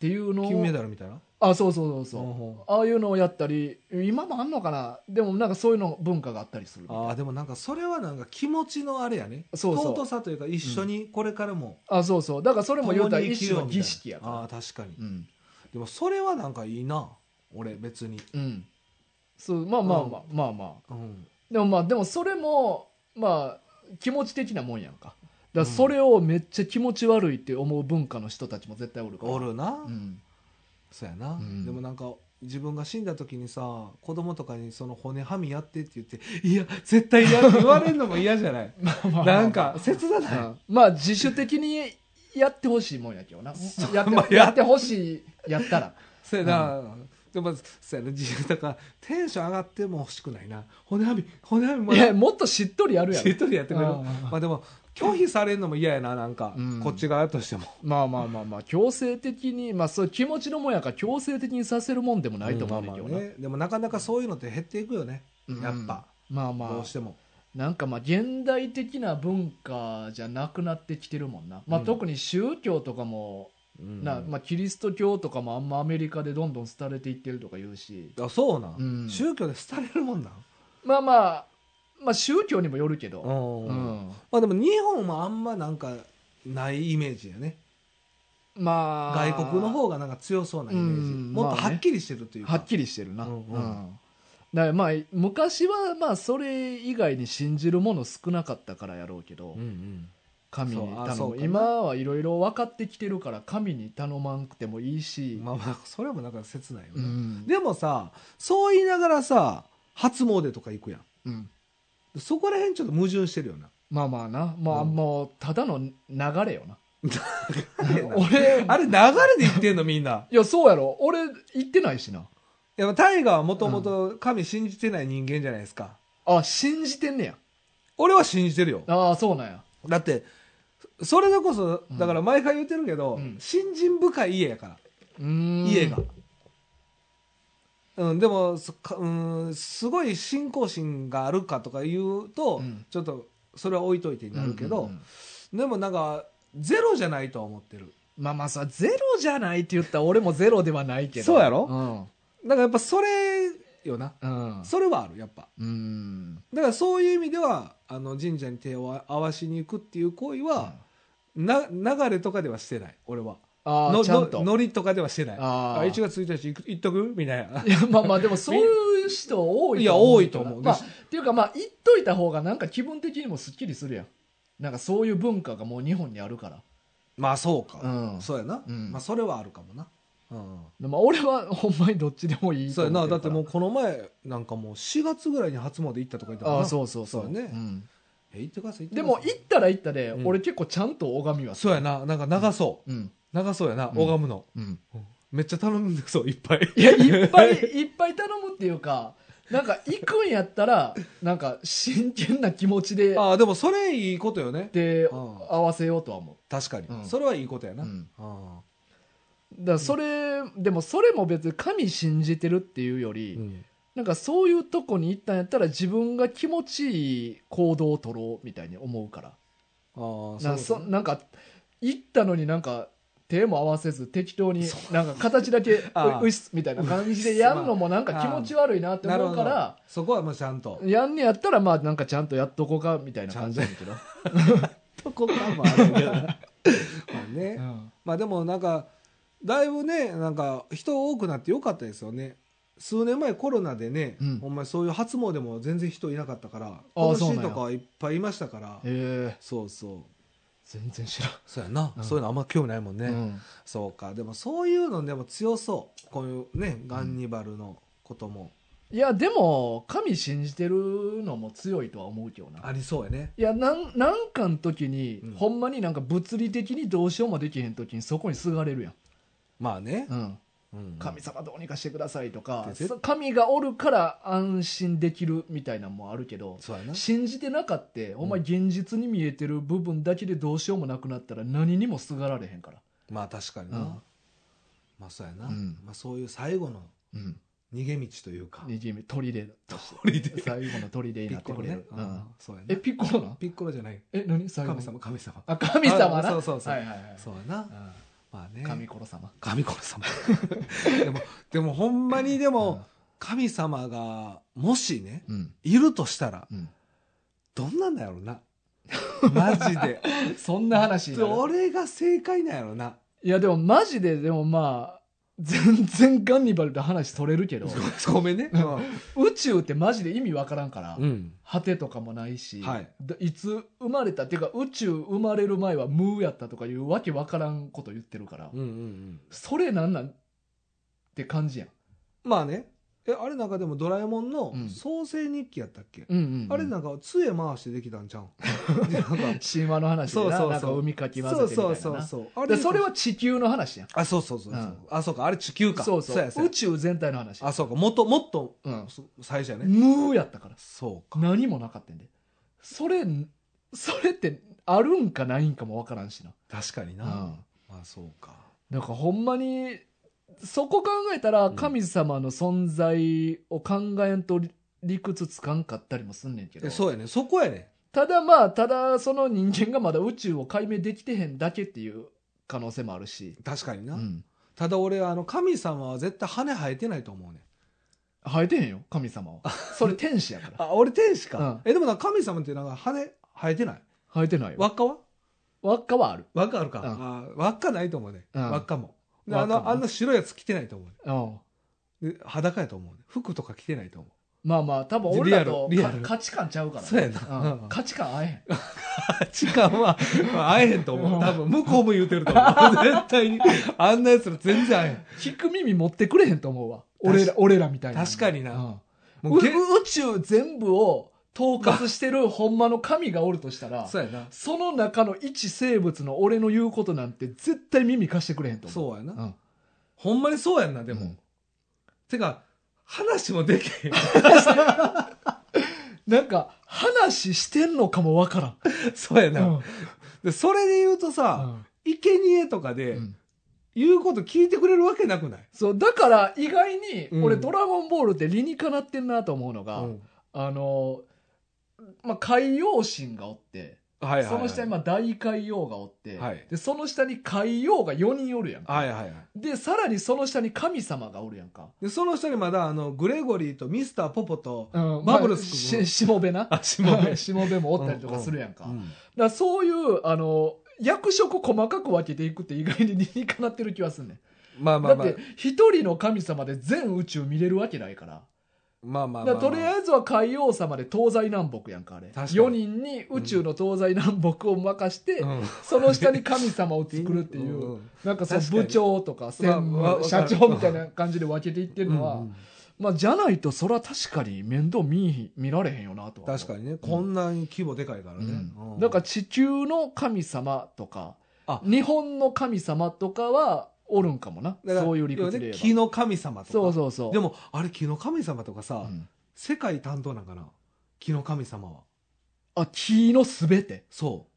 Speaker 1: ていうのを
Speaker 2: 金メダルみたいな
Speaker 1: あそうそうそうそう、
Speaker 2: ほんほ
Speaker 1: ああいうのをやったり今もあんのかなでもなんかそういうの文化があったりするみたい
Speaker 2: んあーでもなんかそれはなんか気持ちのあれやね
Speaker 1: そうそう
Speaker 2: 尊さというか一緒にこれからも、
Speaker 1: あそうそうだからそれも言うたら一種の
Speaker 2: みたいな
Speaker 1: 儀式や
Speaker 2: あ
Speaker 1: か
Speaker 2: あー確かに、
Speaker 1: らうん、
Speaker 2: でもそれはなんかいいな俺別に、
Speaker 1: うん、そうまあまあまあ、まあまあ
Speaker 2: うん、
Speaker 1: でもまあでもそれもまあ気持ち的なもんやんかだからそれをめっちゃ気持ち悪いって思う文化の人たちも絶対おるから
Speaker 2: おるな、
Speaker 1: うん
Speaker 2: そうやな、
Speaker 1: うん
Speaker 2: でもなんか自分が死んだ時にさ子供とかにその骨はみやってって言っていや絶対嫌って言われるのも嫌じゃ ない なんか切な
Speaker 1: う
Speaker 2: ない
Speaker 1: んまあ自主的にやってほしいもんやけ どなやって
Speaker 2: まあや
Speaker 1: やってほしいや ったら
Speaker 2: そうやな、でもそうやな自分だからテンション上がっても欲しくないな骨はみ骨はみも
Speaker 1: い
Speaker 2: ら
Speaker 1: やもっとしっとりやるや
Speaker 2: しっ
Speaker 1: ろ
Speaker 2: とりやってくれる
Speaker 1: うん
Speaker 2: まあでも拒否されるのも嫌やななんか、
Speaker 1: うん
Speaker 2: こっち側としても
Speaker 1: まあまあまあまあ強制的にまあそういう気持ちのもんやから強制的にさせるもんでもないと思うねん
Speaker 2: まあ
Speaker 1: け
Speaker 2: ま
Speaker 1: ど
Speaker 2: あ
Speaker 1: な
Speaker 2: ねでもなかなかそういうのって減っていくよね、
Speaker 1: うん
Speaker 2: やっぱ、
Speaker 1: まあまあ
Speaker 2: どうしても
Speaker 1: なんかまあ現代的な文化じゃなくなってきてるもんな、まあ、
Speaker 2: うん
Speaker 1: 特に宗教とかも、なまあ、キリスト教とかもあんまアメリカでどんどん廃れていってるとか言うし
Speaker 2: あそうなん、
Speaker 1: うん
Speaker 2: 宗教で廃れるもんなん
Speaker 1: まあまあまあ宗教にもよるけど、う
Speaker 2: うん
Speaker 1: ん
Speaker 2: まあでも日本はあんまなんかないイメージやね
Speaker 1: まあ
Speaker 2: 外国の方がなんか強そうなイメージ
Speaker 1: うん
Speaker 2: もっとはっきりしてるというか、
Speaker 1: はっきりしてるな、
Speaker 2: うんうん
Speaker 1: だからまあ昔はまあそれ以外に信じるもの少なかったからやろうけど、
Speaker 2: うん
Speaker 1: 神に
Speaker 2: そうあ
Speaker 1: 頼
Speaker 2: そう
Speaker 1: む
Speaker 2: かな
Speaker 1: 今はいろいろ分かってきてるから神に頼まんくてもいいし、
Speaker 2: まあまあそれもなんか切ないよ
Speaker 1: う
Speaker 2: ね、
Speaker 1: ん
Speaker 2: でもさそう言いながらさ初詣とか行くやん
Speaker 1: うん、
Speaker 2: そこら辺ちょっと矛盾してるよ な
Speaker 1: まあまあな、まあ、
Speaker 2: うん
Speaker 1: もうただの流れよな
Speaker 2: 俺あれ流れで行ってんのみんない
Speaker 1: やそうやろ俺行ってないしな
Speaker 2: でもタイガーはもともと神信じてない人間じゃないですか、
Speaker 1: あ信じてんねや
Speaker 2: 俺は信じてるよ
Speaker 1: ああそうなんや
Speaker 2: だってそれでこそだから毎回言ってるけど、
Speaker 1: うん
Speaker 2: 信心深い家やから
Speaker 1: うーん
Speaker 2: 家が、うん、でもそか、うん、すごい信仰心があるかとか言うと、
Speaker 1: うん
Speaker 2: ちょっとそれは置いといてになるけ
Speaker 1: う
Speaker 2: ど、
Speaker 1: んうんうん
Speaker 2: でもなんかゼロじゃないとは思ってる
Speaker 1: まあまあさゼロじゃないって言ったら俺もゼロではないけど
Speaker 2: そうやだからやっぱそれよな
Speaker 1: うんうん
Speaker 2: それはあるやっぱ
Speaker 1: うん
Speaker 2: だからそういう意味ではあの神社に手を合わしに行くっていう行為は、な流れとかではしてない俺は
Speaker 1: あ
Speaker 2: の
Speaker 1: あちゃんと
Speaker 2: のノリとかではしてない
Speaker 1: あー
Speaker 2: あ1月1日行く行っとくみたいない
Speaker 1: やまあまあでもそういう人多い
Speaker 2: いや多いと思う
Speaker 1: まあ、っていうかまあ言っといた方がなんか気分的にもすっきりするやんなんかそういう文化がもう日本にあるから
Speaker 2: まあそうか、
Speaker 1: うん
Speaker 2: そうやな、
Speaker 1: うん
Speaker 2: まあそれはあるかもな、うん
Speaker 1: でも俺は ほんまにどっちでもいいと
Speaker 2: そう
Speaker 1: 思
Speaker 2: やなだって
Speaker 1: るから
Speaker 2: もうこの前なんかもう4月ぐらいに初詣行ったとか言ったもん
Speaker 1: あ
Speaker 2: な
Speaker 1: あそうそうそう
Speaker 2: そうやね
Speaker 1: ん
Speaker 2: え行ってください行って
Speaker 1: で
Speaker 2: くだ
Speaker 1: も
Speaker 2: さい
Speaker 1: 行ったら行ったで、
Speaker 2: うん
Speaker 1: 俺結構ちゃんと拝みはす
Speaker 2: そうやななんか長そ
Speaker 1: るうん
Speaker 2: う長そうやな、
Speaker 1: ん
Speaker 2: 拝むの、
Speaker 1: うん
Speaker 2: うんめっちゃ頼んでそういっぱい
Speaker 1: いやいっぱいいっぱい頼むっていうかなんか行くんやったらなんか真剣な気持ちで
Speaker 2: ああでもそれいいことよね
Speaker 1: で
Speaker 2: うん
Speaker 1: 合わせようとは思
Speaker 2: 確かに、
Speaker 1: うん
Speaker 2: それはいいことや
Speaker 1: う、
Speaker 2: な、
Speaker 1: うん、
Speaker 2: あ
Speaker 1: だからそれ、でもそれも別に神信じてるっていうよ
Speaker 2: ー
Speaker 1: り、
Speaker 2: うん
Speaker 1: なんかそういうとこに行ったんやったら自分が気持ちいい行動を取ろうみたいに思うから
Speaker 2: あー
Speaker 1: なんか
Speaker 2: そ
Speaker 1: そうなんか行ったのになんか手も合わせず適当になんか形だけ
Speaker 2: ああ
Speaker 1: ううっすみたいな感じでやるのもなんか気持ち悪いなって
Speaker 2: なる
Speaker 1: 思
Speaker 2: ほ
Speaker 1: う
Speaker 2: ど
Speaker 1: から
Speaker 2: そこはもうちゃん と
Speaker 1: やんねやったらまあなんかちゃんとやっとこうかみたいな感じだけ ど、
Speaker 2: とこかもあるけど まあね、
Speaker 1: うん
Speaker 2: まあでもなんかだいぶねなんか人多くなってよかったですよね数年前コロナでね、
Speaker 1: うん
Speaker 2: お前そういう初詣も全然人いなかったから
Speaker 1: あ
Speaker 2: 今
Speaker 1: あそうなん
Speaker 2: 年
Speaker 1: や
Speaker 2: とかはいっぱいいましたから
Speaker 1: ええ
Speaker 2: そうそう
Speaker 1: 全然知らん、
Speaker 2: そうやな、
Speaker 1: うん
Speaker 2: そういうのあんま興味ないもんね、
Speaker 1: うん
Speaker 2: そうかでもそういうのでも強そうこういうねガンニバルのことも
Speaker 1: いやでも神信じてるのも強いとは思うけどな
Speaker 2: ありそうやね、
Speaker 1: いやなんなんかの時に、
Speaker 2: うん
Speaker 1: ほんまになんか物理的にどうしようもできへん時にそこにすがれるやん、
Speaker 2: まあね
Speaker 1: う、ん、
Speaker 2: うん
Speaker 1: 神様どうにかしてくださいとか
Speaker 2: で、絶
Speaker 1: そ神がおるから安心できるみたいなんもあるけど
Speaker 2: そうやな
Speaker 1: 信じてなかってお前現実に見えてる部分だけでどうしようもなくなったら何にもすがられへんから、
Speaker 2: まあ確かにな、
Speaker 1: うん
Speaker 2: まあそうやな、
Speaker 1: うん
Speaker 2: まあ、そういう最後の
Speaker 1: うん、
Speaker 2: 逃げ道というか
Speaker 1: 逃げ目砦と して
Speaker 2: 鳥で
Speaker 1: 最後の砦に
Speaker 2: ピ
Speaker 1: な
Speaker 2: ッ
Speaker 1: って
Speaker 2: コロ
Speaker 1: くれ
Speaker 2: ね
Speaker 1: る、。うん、
Speaker 2: そうやな
Speaker 1: えピッコロなん
Speaker 2: ピッコロじゃない。
Speaker 1: え何最後
Speaker 2: 神様、神様。
Speaker 1: あ神様な
Speaker 2: あそうそうそう
Speaker 1: はいはいはい
Speaker 2: そうやな。
Speaker 1: うん
Speaker 2: まあね。
Speaker 1: 神殺様
Speaker 2: 神コロ様。 でも、でもほんまにでも、神様が、もしね、
Speaker 1: うん
Speaker 2: いるとしたら、
Speaker 1: うん
Speaker 2: どんなんだろうな。マジで。
Speaker 1: そんな話になる
Speaker 2: 俺が正解なんやろな。
Speaker 1: いやでもマジででもまあ全然ガンニバルと話取れるけど
Speaker 2: ごめんね。
Speaker 1: 宇宙ってマジで意味わからんから、
Speaker 2: うん。
Speaker 1: 果てとかもないし、
Speaker 2: はい
Speaker 1: だいつ生まれたっていうか宇宙生まれる前はムーやったとかいうわけわからんこと言ってるから、
Speaker 2: うんうんうん。
Speaker 1: それなんなんって感じやん、
Speaker 2: まあね。え、あれなんかでもドラえもんの
Speaker 1: うん
Speaker 2: 創世日記やったっけ
Speaker 1: うんうんうん
Speaker 2: あれなんか杖回してできたん ちゃうんなんか
Speaker 1: 神話の話でな
Speaker 2: そうそうそう
Speaker 1: なんか海かき混ぜて
Speaker 2: そう
Speaker 1: みたいな
Speaker 2: そ
Speaker 1: な
Speaker 2: うそうそうあ
Speaker 1: でそれは地球の話やん
Speaker 2: あそうそうそうそう、
Speaker 1: うん
Speaker 2: あそうかあれ地球か
Speaker 1: そうそう
Speaker 2: やや
Speaker 1: 宇宙全体の話
Speaker 2: あそうかもっともっと
Speaker 1: うん、
Speaker 2: そ最初やね、
Speaker 1: ムーやったから
Speaker 2: そうか
Speaker 1: 何もなかったんでそれそれってあるんかないんかもわからんしな、
Speaker 2: 確かにな、
Speaker 1: うん、
Speaker 2: まあそうか
Speaker 1: なんかほんまにそこ考えたら
Speaker 2: ん
Speaker 1: 神様の存在を考えんと理理屈つかんかったりもすんねんけど
Speaker 2: えそうやねそこやね
Speaker 1: ただまあただその人間がまだ宇宙を解明できてへんだけっていう可能性もあるし、
Speaker 2: 確かに
Speaker 1: う
Speaker 2: な、
Speaker 1: ん、
Speaker 2: ただ俺あの神様は絶対羽生えてないと思うね
Speaker 1: 生えてへんよ神様はそれ天使や から
Speaker 2: あ俺天使か、
Speaker 1: うん
Speaker 2: えでもなんか神様ってなんか羽生えてない
Speaker 1: 生えてないよ
Speaker 2: 輪っかは
Speaker 1: 輪っかはある
Speaker 2: 輪っかあるか、
Speaker 1: うん
Speaker 2: あ輪っかないと思うね、
Speaker 1: うん
Speaker 2: 輪っかもで
Speaker 1: 輪
Speaker 2: あ
Speaker 1: っかも
Speaker 2: のあんな白いやつ着てないと思うね
Speaker 1: うん
Speaker 2: で裸やと思うね服とか着てないと思
Speaker 1: まあまあ多分俺らと
Speaker 2: リア
Speaker 1: か
Speaker 2: ルリアル
Speaker 1: 価値観ちゃうから
Speaker 2: う
Speaker 1: ね
Speaker 2: そうやな、
Speaker 1: う
Speaker 2: うん
Speaker 1: ん価値観合えへん
Speaker 2: 時間は、まあ会えへんと思う。多分、向こうも言うてると思 う。絶対に。あんな奴ら全然会えへん。
Speaker 1: 聞く耳持ってくれへんと思うわ俺ら俺らみたいな
Speaker 2: 確かにな
Speaker 1: うん
Speaker 2: もう
Speaker 1: う
Speaker 2: げ、
Speaker 1: 宇宙全部を統括してるほんまの神がおるとしたら
Speaker 2: そうやな。
Speaker 1: その中の一生物の俺の言うことなんて絶対耳貸してくれへんと思う
Speaker 2: そうやな。
Speaker 1: ん
Speaker 2: ほんまにそうやんな、でも。
Speaker 1: うん
Speaker 2: てか、話もできへん。
Speaker 1: なんか話してんのかもわからん
Speaker 2: そうや
Speaker 1: う
Speaker 2: な。
Speaker 1: ん
Speaker 2: で、それで言うと
Speaker 1: う
Speaker 2: さ、
Speaker 1: ん
Speaker 2: 生贄とか
Speaker 1: う
Speaker 2: で、
Speaker 1: ん
Speaker 2: 言うこと聞いてくれるわけなくない
Speaker 1: そうだから意外に俺「
Speaker 2: うん
Speaker 1: ドラゴンボール」って理にかなってんなと思うのが、
Speaker 2: うん
Speaker 1: あのまあ海洋神がおって、
Speaker 2: はいはいはい
Speaker 1: その下にまあ大海洋がおって、
Speaker 2: はい
Speaker 1: でその下に海洋が4人おるやんか、
Speaker 2: はいはいはい
Speaker 1: でさらにその下に神様がおるやんか、
Speaker 2: でその下にまだあのグレゴリーとミスターポポと
Speaker 1: うん
Speaker 2: バブ
Speaker 1: ま
Speaker 2: ル
Speaker 1: あ
Speaker 2: ス君
Speaker 1: ししもべな
Speaker 2: あしもべ
Speaker 1: しもべもおったりとかするやんか,、
Speaker 2: う
Speaker 1: だか
Speaker 2: ん
Speaker 1: らそういうあの役職細かく分けていくって意外に理にかなってる気はすんねん、
Speaker 2: まあまあまあ
Speaker 1: だって一人の神様で全宇宙見れるわけないから
Speaker 2: まあまあ
Speaker 1: だ
Speaker 2: まあ
Speaker 1: から
Speaker 2: まあ
Speaker 1: とりあえずは海王様で東西南北やんかあれ
Speaker 2: 確かに
Speaker 1: 4人に宇宙の東西南北を任して、
Speaker 2: うん
Speaker 1: その下に神様を作るってい
Speaker 2: ん
Speaker 1: う、
Speaker 2: ん
Speaker 1: なんかその
Speaker 2: 確かに
Speaker 1: 部長とか専務、
Speaker 2: まあわ
Speaker 1: 社長みたいな感じで分けていってるのは、
Speaker 2: うんうん
Speaker 1: まあ、じゃないとそれは確かに面倒見いひん見られへんよなとは思う
Speaker 2: 確かにねこんなに規模でかいからね
Speaker 1: うん
Speaker 2: うん
Speaker 1: だから地球の神様とか
Speaker 2: あ
Speaker 1: 日本の神様とかはおるんかもな
Speaker 2: だから
Speaker 1: そういう理屈で言え
Speaker 2: 要はね
Speaker 1: ば、
Speaker 2: 木の神様とか
Speaker 1: そうそうそう
Speaker 2: で
Speaker 1: も、
Speaker 2: もあれ木の神様とか
Speaker 1: う
Speaker 2: さ
Speaker 1: ん
Speaker 2: 世界担当なんかな木の神様は
Speaker 1: あ木のすべて
Speaker 2: そ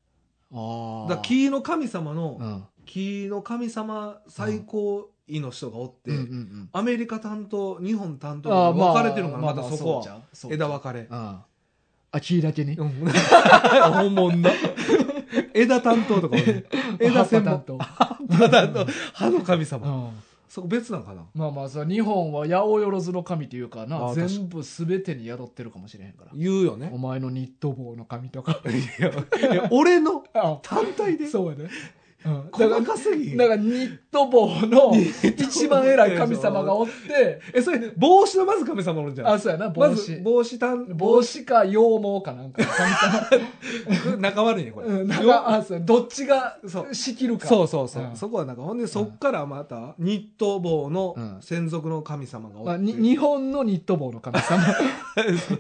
Speaker 1: あ
Speaker 2: う
Speaker 1: あ
Speaker 2: だから木の神様の
Speaker 1: うん
Speaker 2: 木の神様最高位の人がおって、
Speaker 1: うんうんうん
Speaker 2: アメリカ担当日本担当
Speaker 1: あ
Speaker 2: が
Speaker 1: あまあ
Speaker 2: 分かれてるのかなまたそこ
Speaker 1: うちゃ
Speaker 2: は
Speaker 1: うそうちゃう
Speaker 2: 枝分かれ
Speaker 1: うんあ木だけに
Speaker 2: うん本 物な枝担当とかおる枝専門
Speaker 1: と、
Speaker 2: 葉担当歯の神
Speaker 1: う
Speaker 2: 様
Speaker 1: ん、
Speaker 2: そこ別なんかな
Speaker 1: まあまあさ日本は八百万の神というか
Speaker 2: あ
Speaker 1: な
Speaker 2: あ確か
Speaker 1: 全部すべてに宿ってるかもしれへんから
Speaker 2: 言うよ
Speaker 1: お
Speaker 2: ね
Speaker 1: 前のニット帽の神とか
Speaker 2: いやいや俺の
Speaker 1: あ
Speaker 2: 単体で
Speaker 1: そうやね、うん、だから
Speaker 2: 細かすぎ
Speaker 1: だからニット帽の一番偉い神様がおって、
Speaker 2: えそれ帽子のまず神様おるんじゃん
Speaker 1: あ、そうやな、
Speaker 2: ま
Speaker 1: 帽
Speaker 2: ず
Speaker 1: 子。
Speaker 2: 帽子担
Speaker 1: 帽子か羊毛かなんか。
Speaker 2: 仲悪いねこれ、
Speaker 1: うん、なん
Speaker 2: よ
Speaker 1: か、あ、そうやどっちが
Speaker 2: そう
Speaker 1: 仕切るか。
Speaker 2: そうそうそう、
Speaker 1: うん
Speaker 2: そこはなんかほんでそっからまたニット帽の専属の神様がお
Speaker 1: まあ
Speaker 2: って、
Speaker 1: に 日本のニット帽の神様、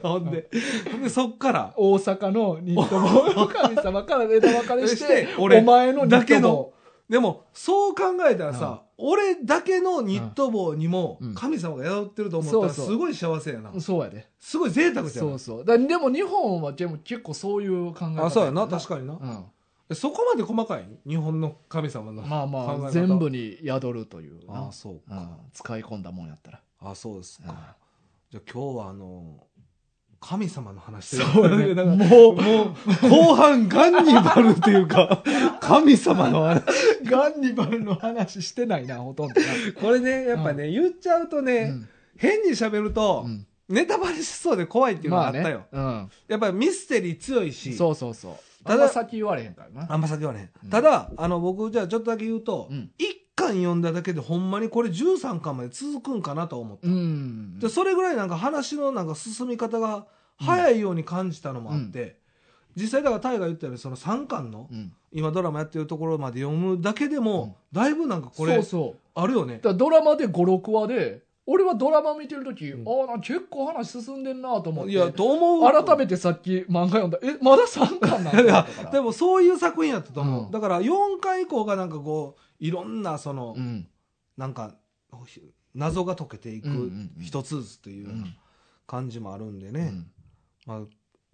Speaker 2: ほんでほんでそっから
Speaker 1: 大阪のニット帽の神様から枝分かれし
Speaker 2: してて、俺
Speaker 1: お前のニ
Speaker 2: だけ
Speaker 1: ット
Speaker 2: の
Speaker 1: 帽。
Speaker 2: でもそう考えたらさ、俺だけのニット帽にも
Speaker 1: うん
Speaker 2: 神様が宿ってると思ったら
Speaker 1: そう
Speaker 2: す
Speaker 1: そう
Speaker 2: ごい幸せやな、
Speaker 1: そうやで。
Speaker 2: すごい贅沢じゃん
Speaker 1: そうそう。だでも日本はでも結構そういう考え方
Speaker 2: あそうやな確かにな、
Speaker 1: に。うん
Speaker 2: そこまで細かい日本の神様の
Speaker 1: まあ
Speaker 2: 考え
Speaker 1: ま
Speaker 2: 方
Speaker 1: あ、全部に宿るというな。
Speaker 2: あそう
Speaker 1: う
Speaker 2: か、
Speaker 1: ん使い込んだもんやったら。
Speaker 2: あそうです
Speaker 1: うん
Speaker 2: か、じゃあ今日はあの神様の話で
Speaker 1: そう やね
Speaker 2: なんか
Speaker 1: もう、
Speaker 2: 後半ガンニバルってい うか神様の話
Speaker 1: ガンニバルの話してないな、ほとんどな。
Speaker 2: これねやっぱね、言っちゃうとね、
Speaker 1: うん
Speaker 2: 変に喋ると、
Speaker 1: うん
Speaker 2: ネタバレしそうで怖いっていうのがあったよ、
Speaker 1: まあね
Speaker 2: やっぱりミステリー強い
Speaker 1: うん、
Speaker 2: し
Speaker 1: そうそうそう。
Speaker 2: ただ
Speaker 1: ただ先言われへんからな。
Speaker 2: あんま先はね、
Speaker 1: うん
Speaker 2: ただあの僕じゃあちょっとだけ言うと、
Speaker 1: う
Speaker 2: 一
Speaker 1: ん
Speaker 2: 巻読んだだけでほんまにこれ13巻まで続くんかなと思って、
Speaker 1: うん。
Speaker 2: でそれぐらいなんか話のなんか進み方が早いように感じたのもあって、実際だからタイが言ったようにその3巻の
Speaker 1: うん
Speaker 2: 今ドラマやってるところまで読むだけでも、だいぶなんかこ
Speaker 1: そう
Speaker 2: れ
Speaker 1: そう。
Speaker 2: あるよね
Speaker 1: だからドラマで5、6話で、俺はドラマ見てるとき、
Speaker 2: うん
Speaker 1: ああ、なんか結構話進んでんなと思っ
Speaker 2: いや
Speaker 1: て、
Speaker 2: と思う
Speaker 1: 改めてさっき漫画読んだ、え、まだ3巻なん だ
Speaker 2: いや
Speaker 1: と
Speaker 2: で
Speaker 1: か。
Speaker 2: もそういう作品やったと思う、
Speaker 1: うん
Speaker 2: だから4巻以降がなんかこういろんなその、
Speaker 1: うん。
Speaker 2: なんかひ謎が解けてい
Speaker 1: うんうん
Speaker 2: く
Speaker 1: うん
Speaker 2: 一つずつといううようなん感じもあるんで
Speaker 1: う
Speaker 2: ね、
Speaker 1: ん
Speaker 2: まあ、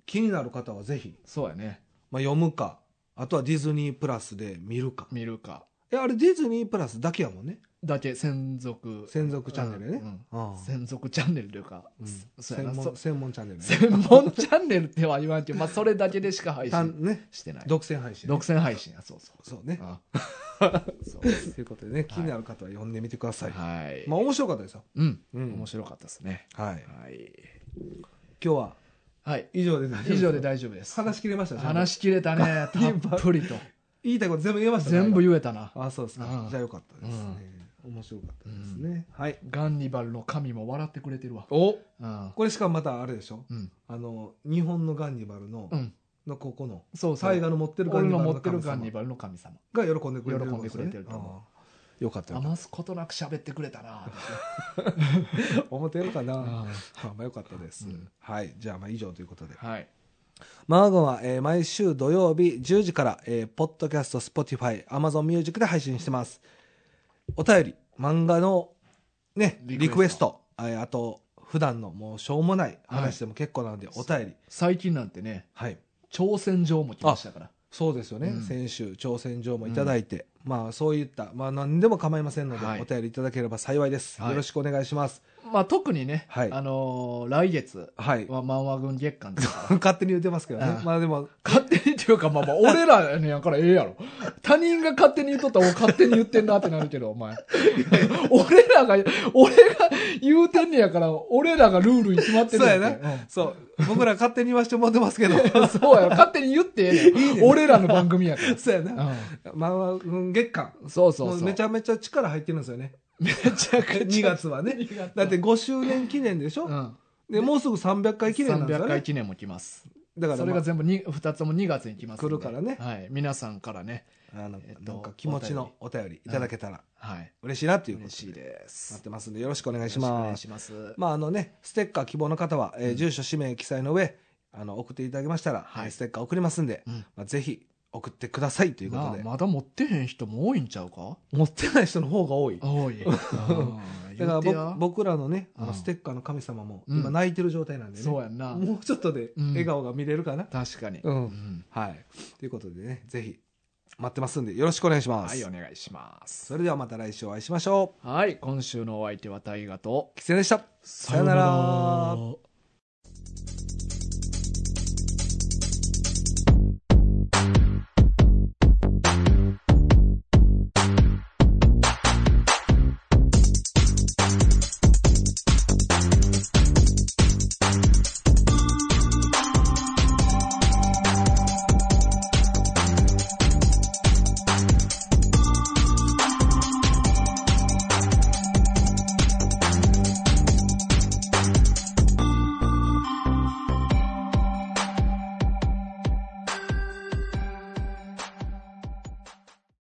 Speaker 2: 気になる方はぜひ、
Speaker 1: そうやね。
Speaker 2: まあ、読むかあとはディズニープラスで見るか
Speaker 1: 見るか。
Speaker 2: えあれディズニープラスだけやもんね
Speaker 1: だけ専属。
Speaker 2: 専属チャンネルね、
Speaker 1: うん
Speaker 2: ああ
Speaker 1: 専属チャンネルというか、
Speaker 2: うん
Speaker 1: そうや
Speaker 2: 専
Speaker 1: なそ
Speaker 2: 門専門チャンネルね
Speaker 1: 専門チャンネルっては言わんけど、まあ、それだけでしか配
Speaker 2: た
Speaker 1: 信
Speaker 2: んね
Speaker 1: してない。
Speaker 2: 独占配信ね、
Speaker 1: 独占配信や、そうそう。
Speaker 2: そうね
Speaker 1: あそうです
Speaker 2: ということでね気になる方は読んでみてください、
Speaker 1: はい。
Speaker 2: まあ面白かったですよ、
Speaker 1: うん。
Speaker 2: うん
Speaker 1: 面白かったですね。
Speaker 2: はい、
Speaker 1: はい。
Speaker 2: 今日は
Speaker 1: はい。
Speaker 2: 以上で大丈夫
Speaker 1: 以上です大丈夫です。
Speaker 2: 話し切れましたちゃんと
Speaker 1: 話し切れたね。たっぷりと。
Speaker 2: 言いたいこと全部言えました
Speaker 1: 全部言えたな。
Speaker 2: あそうですか
Speaker 1: うん
Speaker 2: じゃあよかったですね面白かったですねはい
Speaker 1: ガンニバルの神も笑ってくれてるわ。
Speaker 2: お
Speaker 1: うん。
Speaker 2: これしかもまたあれでしょ
Speaker 1: うん。
Speaker 2: あの日本のガンニバルの
Speaker 1: うん。
Speaker 2: のここの
Speaker 1: そうそう。
Speaker 2: 大河の持ってるガン
Speaker 1: 俺
Speaker 2: ニ
Speaker 1: の
Speaker 2: バル
Speaker 1: 持
Speaker 2: の
Speaker 1: ってるガンニ
Speaker 2: 神様
Speaker 1: バルの神様。
Speaker 2: が喜んでくれてる
Speaker 1: 喜んでくれてると思
Speaker 2: うよかったよかっ
Speaker 1: 余すことなく喋ってくれたな。
Speaker 2: た思ってるか
Speaker 1: う
Speaker 2: なん あまあよかったです
Speaker 1: うん
Speaker 2: はいじゃあまあ以上ということで
Speaker 1: はい。
Speaker 2: マーゴンは、えー毎週土曜日10時から、えーポッドキャスト、スポティファイ、アマゾンミュージックで配信してます。お便り、漫画の、ね、リ
Speaker 1: リ
Speaker 2: ク
Speaker 1: ク
Speaker 2: エ
Speaker 1: エ
Speaker 2: ス
Speaker 1: ス
Speaker 2: ト
Speaker 1: ト、
Speaker 2: えーあと、普段のもうしょうもない話でも結構なので、お便り、
Speaker 1: 最近なんてね、
Speaker 2: はい。
Speaker 1: 挑戦状も来ましたから。
Speaker 2: そうですよね、
Speaker 1: うん
Speaker 2: 先週挑戦状もいただいて、まあそういった、まあ、何でも構いませんので、
Speaker 1: はい
Speaker 2: お便りいただければ幸いです、
Speaker 1: はい
Speaker 2: よろしくお願いします
Speaker 1: まあ特にね、
Speaker 2: はい
Speaker 1: あのー来月
Speaker 2: はい
Speaker 1: は漫画軍月間ですから
Speaker 2: 勝手に言ってますけどね
Speaker 1: ああ
Speaker 2: まあでも
Speaker 1: 勝手にっていうかまあまあ俺らやねんやからええやろ他人が勝手に言っとったら俺勝手に言ってんなってなるけどお 前俺らが俺が言うてんねやから俺らがルールに決まってんねん
Speaker 2: そうや
Speaker 1: な、うん
Speaker 2: そう僕ら勝手に言わせてもらってますけど
Speaker 1: そうやろ勝手に言ってええねん俺らの番組やか
Speaker 2: そうや
Speaker 1: ら、
Speaker 2: な、
Speaker 1: う
Speaker 2: まあまあうん月間
Speaker 1: ん、そうそうそう
Speaker 2: もうめちゃめちゃ力入ってるんですよね
Speaker 1: めちゃく
Speaker 2: 2
Speaker 1: ちゃ
Speaker 2: 月はね
Speaker 1: 月
Speaker 2: だって5周年記念でしょ、
Speaker 1: うん、
Speaker 2: でもうすぐ300回記念なんですよ
Speaker 1: 300回
Speaker 2: ね
Speaker 1: 記念も来ます
Speaker 2: だから、
Speaker 1: それ
Speaker 2: ま
Speaker 1: が
Speaker 2: あ
Speaker 1: 全部に2つとも2月に来ますんで
Speaker 2: 来るからね
Speaker 1: はい、皆さんからね
Speaker 2: あの
Speaker 1: えっと
Speaker 2: なんか気持ちのお便りいただけたら
Speaker 1: はい
Speaker 2: 嬉しいなっていうこと
Speaker 1: 嬉しいです
Speaker 2: 待ってますんでよろしくお願いし
Speaker 1: よろくお願
Speaker 2: ま
Speaker 1: い
Speaker 2: す
Speaker 1: します
Speaker 2: まああのね、ステッカー希望の方は、えー
Speaker 1: うん
Speaker 2: 住所、氏名記載の上、あの、送っていただけましたら、
Speaker 1: はい
Speaker 2: えーステッカー送りますんで、
Speaker 1: うん
Speaker 2: まあ、ぜひ送ってくださいということで、
Speaker 1: なあまだ持ってへん人も多いんちゃうか
Speaker 2: 持ってない人の方が多い。
Speaker 1: 多 い
Speaker 2: だ
Speaker 1: だ
Speaker 2: か
Speaker 1: からら
Speaker 2: ぼ
Speaker 1: 僕
Speaker 2: 僕らのね、あ
Speaker 1: う
Speaker 2: の
Speaker 1: ん
Speaker 2: ステッカーの神様も、
Speaker 1: うん
Speaker 2: 今泣いてる状態なんでね、
Speaker 1: そうやんな
Speaker 2: もうちょっとで
Speaker 1: うん
Speaker 2: 笑顔が見れるかな。
Speaker 1: 確かに
Speaker 2: うん
Speaker 1: うん
Speaker 2: はい。ということでね、ぜひ待ってますんで、よろしくお願いします。
Speaker 1: はいお願いします
Speaker 2: それではまた来週お会いしましょ
Speaker 1: はい今週のお相手は大河と
Speaker 2: う。キツネでした。さよなら
Speaker 1: さよなら